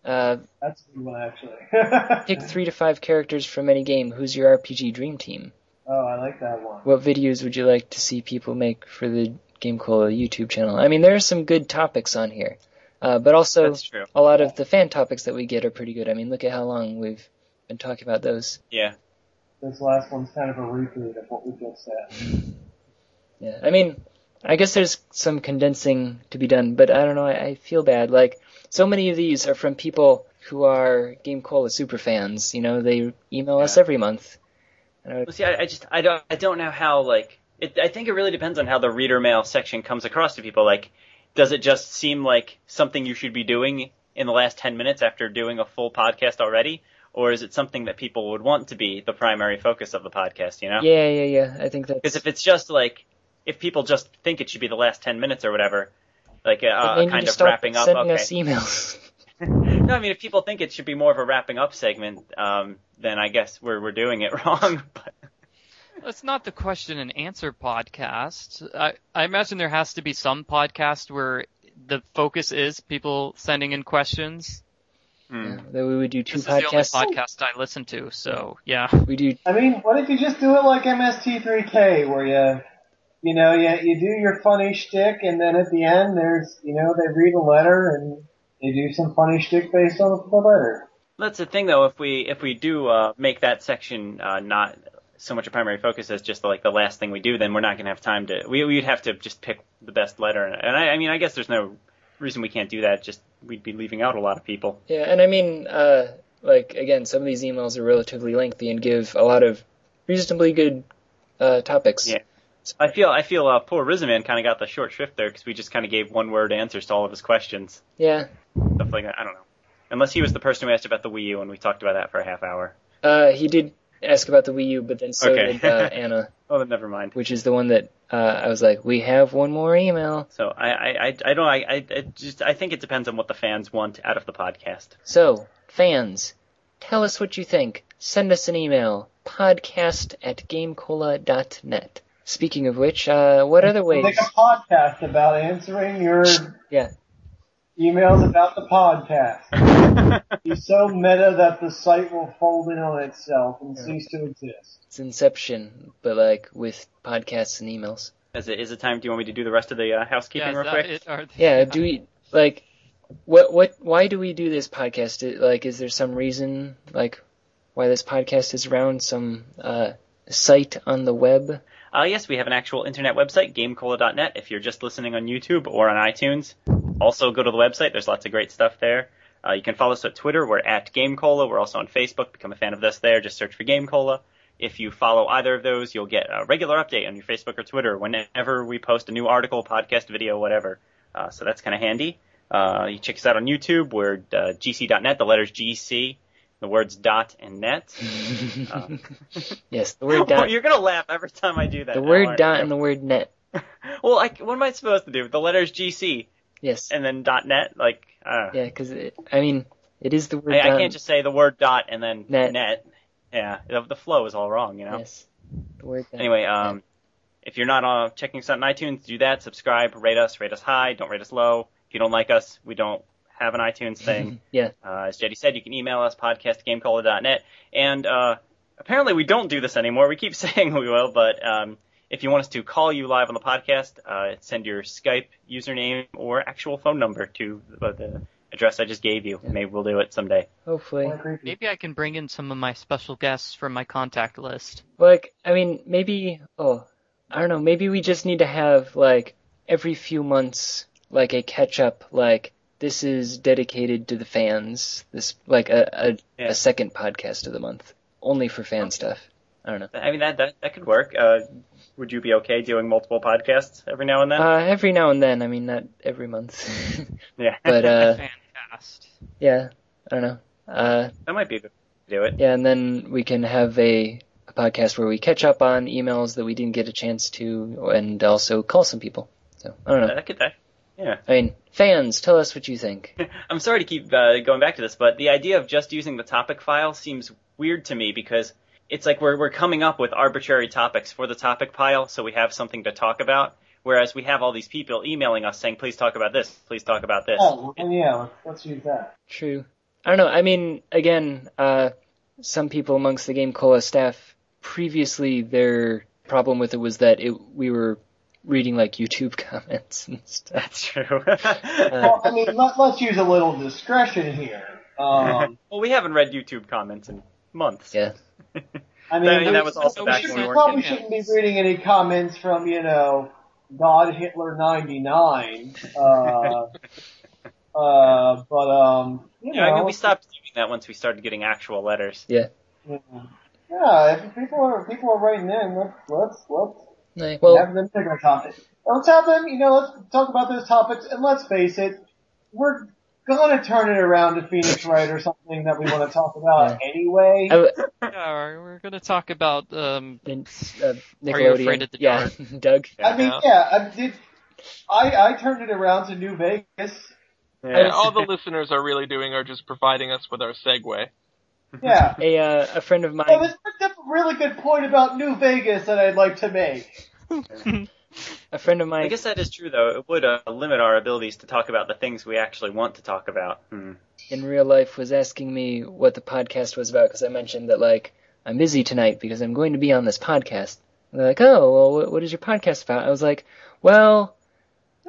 Uh,
That's a good one, actually.
Uh.
pick three to five characters from any game. Who's your RPG dream team?
oh, I like that one.
What videos would you like to see people make for the Game Cola YouTube channel? I mean, there are some good topics on here, uh, but also
That's true.
a lot of the fan topics that we get are pretty good. I mean, look at how long we've been talking about those.
Yeah.
This last one's kind of a repeat of what we just said.
Yeah, I mean, I guess there's some condensing to be done, but I don't know. I, I feel bad. Like so many of these are from people who are Game Cola super fans. You know, they email us
Yeah.
every month. And I would-
Well, see, I, I just I don't I don't know how like it, I think it really depends on how the reader mail section comes across to people. Like, does it just seem like something you should be doing in the last ten minutes after doing a full podcast already, or is it something that people would want to be the primary focus of the podcast? You know,
yeah, yeah, yeah. I think
because
that's
if it's just like if people just think it should be the last ten minutes or whatever, like uh,
and they
a
need
kind
to
of
stop
wrapping up.
sending
Okay,
us emails.
no, I mean if people think it should be more of a wrapping up segment, um, then I guess we're we're doing it wrong. but
It's not the question and answer podcast. I, I imagine there has to be some podcast where the focus is people sending in questions.
hmm.
Yeah, that we would do two
This is
podcasts.
the only podcast I listen to, so yeah.
we do
I mean, what if you just do it like MST3K, where you, you know, you, you do your funny shtick, and then at the end, there's, you know, they read a letter and they do some funny shtick based on the letter.
That's the thing, though. If we if we do uh, make that section uh, not so much a primary focus as just like the last thing we do, then we're not going to have time to. We we'd have to just pick the best letter, and I, I mean, I guess there's no reason we can't do that. Just we'd be leaving out a lot of people.
Yeah, and I mean, uh, like again, some of these emails are relatively lengthy and give a lot of reasonably good uh, topics.
Yeah. I feel I feel uh, poor Rizaman kind of got the short shrift there because we just kind of gave one word answers to all of his questions,
Yeah.
stuff like that. I don't know. Unless he was the person who asked about the Wii U, and we talked about that for a half hour.
Uh, he did ask about the Wii U, but then so
Okay.
did uh, Anna,
Oh, then never mind.
which is the one that uh, I was like, we have one more email.
So I I I, I don't I I it just I think it depends on what the fans want out of the podcast.
So fans, tell us what you think. Send us an email. Podcast at gamecola.net. Speaking of which, uh, what other ways?
Make a podcast about answering your
Yeah.
emails about the podcast. Be so meta that the site will fold in on itself and cease to exist.
It's Inception, but like with podcasts and emails.
Is it, is it time? Do you want me to do the rest of the uh, housekeeping
yeah, is
real
that
quick?
it? Are they-
Yeah, do we like what what why do we do this podcast? It- Like is there some reason like why this podcast is around some uh site on the web?
Uh, yes, we have an actual internet website, GameCola.net. If you're just listening on YouTube or on iTunes, also go to the website. There's lots of great stuff there. Uh, you can follow us at Twitter. We're at GameCola. We're also on Facebook. Become a fan of us there. Just search for GameCola. If you follow either of those, you'll get a regular update on your Facebook or Twitter whenever we post a new article, podcast, video, whatever. Uh, so that's kind of handy. Uh, you check us out on YouTube. We're uh, GC.net. The letters GC, the words dot and net. Uh,
Yes, the word dot
You're gonna laugh every time I do that.
the
now,
word
aren't
dot
you?
and the word net.
Well, I, what am I supposed to do? The letters GC
Yes.
and then dot .net? Like, uh,
Yeah, cuz I mean it is the word
I,
dot.
I can't just say the word dot and then
Net.
net. Yeah, the, the flow is all wrong, you know.
Yes. The word dot.
Anyway, um, if you're not uh, checking us out on iTunes, do that. Subscribe, rate us, rate us high, don't rate us low. If you don't like us, we don't have an iTunes thing.
Yeah.
Uh, as Jetty said, you can email us podcast at gamecaller.net. And uh, apparently we don't do this anymore. We keep saying we will, but um, if you want us to call you live on the podcast, uh, send your Skype username or actual phone number to the, the address I just gave you. Maybe we'll do it someday.
Hopefully.
Kinda creepy.
Maybe I can bring in some of my special guests from my contact list.
Like, I mean, maybe, oh, I don't know, maybe we just need to have, like, every few months, like, a catch up, like, this is dedicated to the fans. This, like, a, a,
Yeah.
a second podcast of the month, only for fan stuff. I don't know.
I mean that that, that could work. Uh, would you be okay doing multiple podcasts every now and then?
Uh, every now and then, I mean, not every month.
yeah,
but, uh,
Fancast.
yeah, I don't know. Uh,
that might be a good way to do it.
Yeah, and then we can have a, a podcast where we catch up on emails that we didn't get a chance to, and also call some people. So I don't know.
That could that. Yeah.
I mean, fans, tell us what you think.
I'm sorry to keep uh, going back to this, but the idea of just using the topic file seems weird to me because it's like we're we're coming up with arbitrary topics for the topic pile, so we have something to talk about. Whereas we have all these people emailing us saying, "Please talk about this. Please talk about this."
Oh, well, yeah, let's, let's use that.
True. I don't know. I mean, again, uh, some people amongst the Game Cola staff previously their problem with it was that it we were reading like YouTube comments and stuff.
That's true. Uh.
Well, I mean, let, let's use a little discretion here. Um,
well, we haven't read YouTube comments in months.
Yeah.
I mean,
I mean, that
there's-
was also
Oh, we
back
we
when
should-
we
we
were
probably
getting
shouldn't be
hits.
reading any comments from, you know, God Hitler 99. Uh, uh, but, um, you
Yeah, I
know.
mean, we stopped doing that once we started getting actual letters.
Yeah, if people are, people are writing in, let's, let's, let's
Like, well,
have them pick a topic. And Let's have them, you know, let's talk about those topics, and let's face it, we're gonna turn it around to Phoenix Wright or something that we want to talk about anyway.
I,
Yeah, or we're gonna talk about um
then, uh, Nickelodeon.
Are you afraid of the
yeah, Doug.
I mean, yeah, I did. I I turned it around to New Vegas.
And all the listeners are really doing are just providing us with our segue.
Yeah.
A uh, a friend of mine.
Well, this brings up a really good point about New Vegas that I'd like to make.
A friend of mine.
I guess that is true, though. It would uh, limit our abilities to talk about the things we actually want to talk about. Hmm.
in real life was asking me what the podcast was about because I mentioned that like I'm busy tonight because I'm going to be on this podcast. And they're like, oh, well, what, what is your podcast about? I was like, well,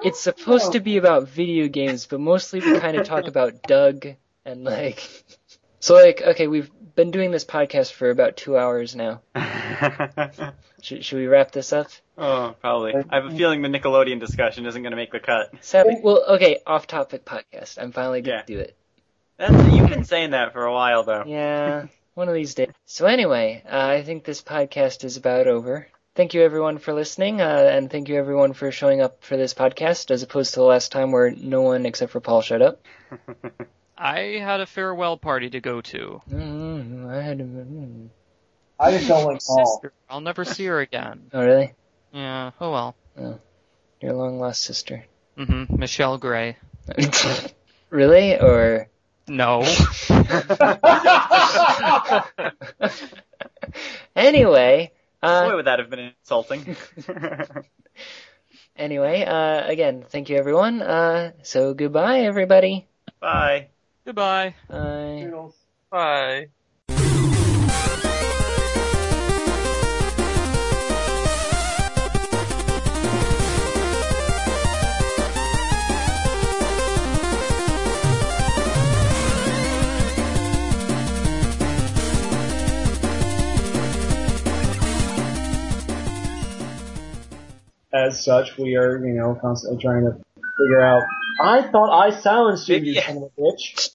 it's supposed to be about video games, but mostly we kind of talk about Doug and like, so like, okay, we've been doing this podcast for about two hours now.
Hmm.
Should, should we wrap this up?
oh, probably. I have a feeling the Nickelodeon discussion isn't going to make the cut.
Sab- well, okay, off-topic podcast. I'm finally gonna
Yeah.
do it.
That's, you've been saying that for a while, though.
Yeah, one of these days. So anyway, uh, I think this podcast is about over. Thank you everyone for listening, uh, and thank you everyone for showing up for this podcast, as opposed to the last time where no one except for Paul showed up.
I had a farewell party to go to.
Mm, I had. mm.
I just don't like Paul.
Sister. I'll never see her again.
Oh really?
Yeah. Oh well.
Your long lost sister.
hmm Michelle Gray.
really? Or
No.
anyway. Uh,
Boy, would that have been insulting.
anyway, uh, again, thank you everyone. Uh, so goodbye everybody.
Bye.
Goodbye.
Bye.
Toodles.
Bye.
As such, we are, you know, constantly trying to figure out. I thought I silenced you, you
Maybe-
son of a bitch.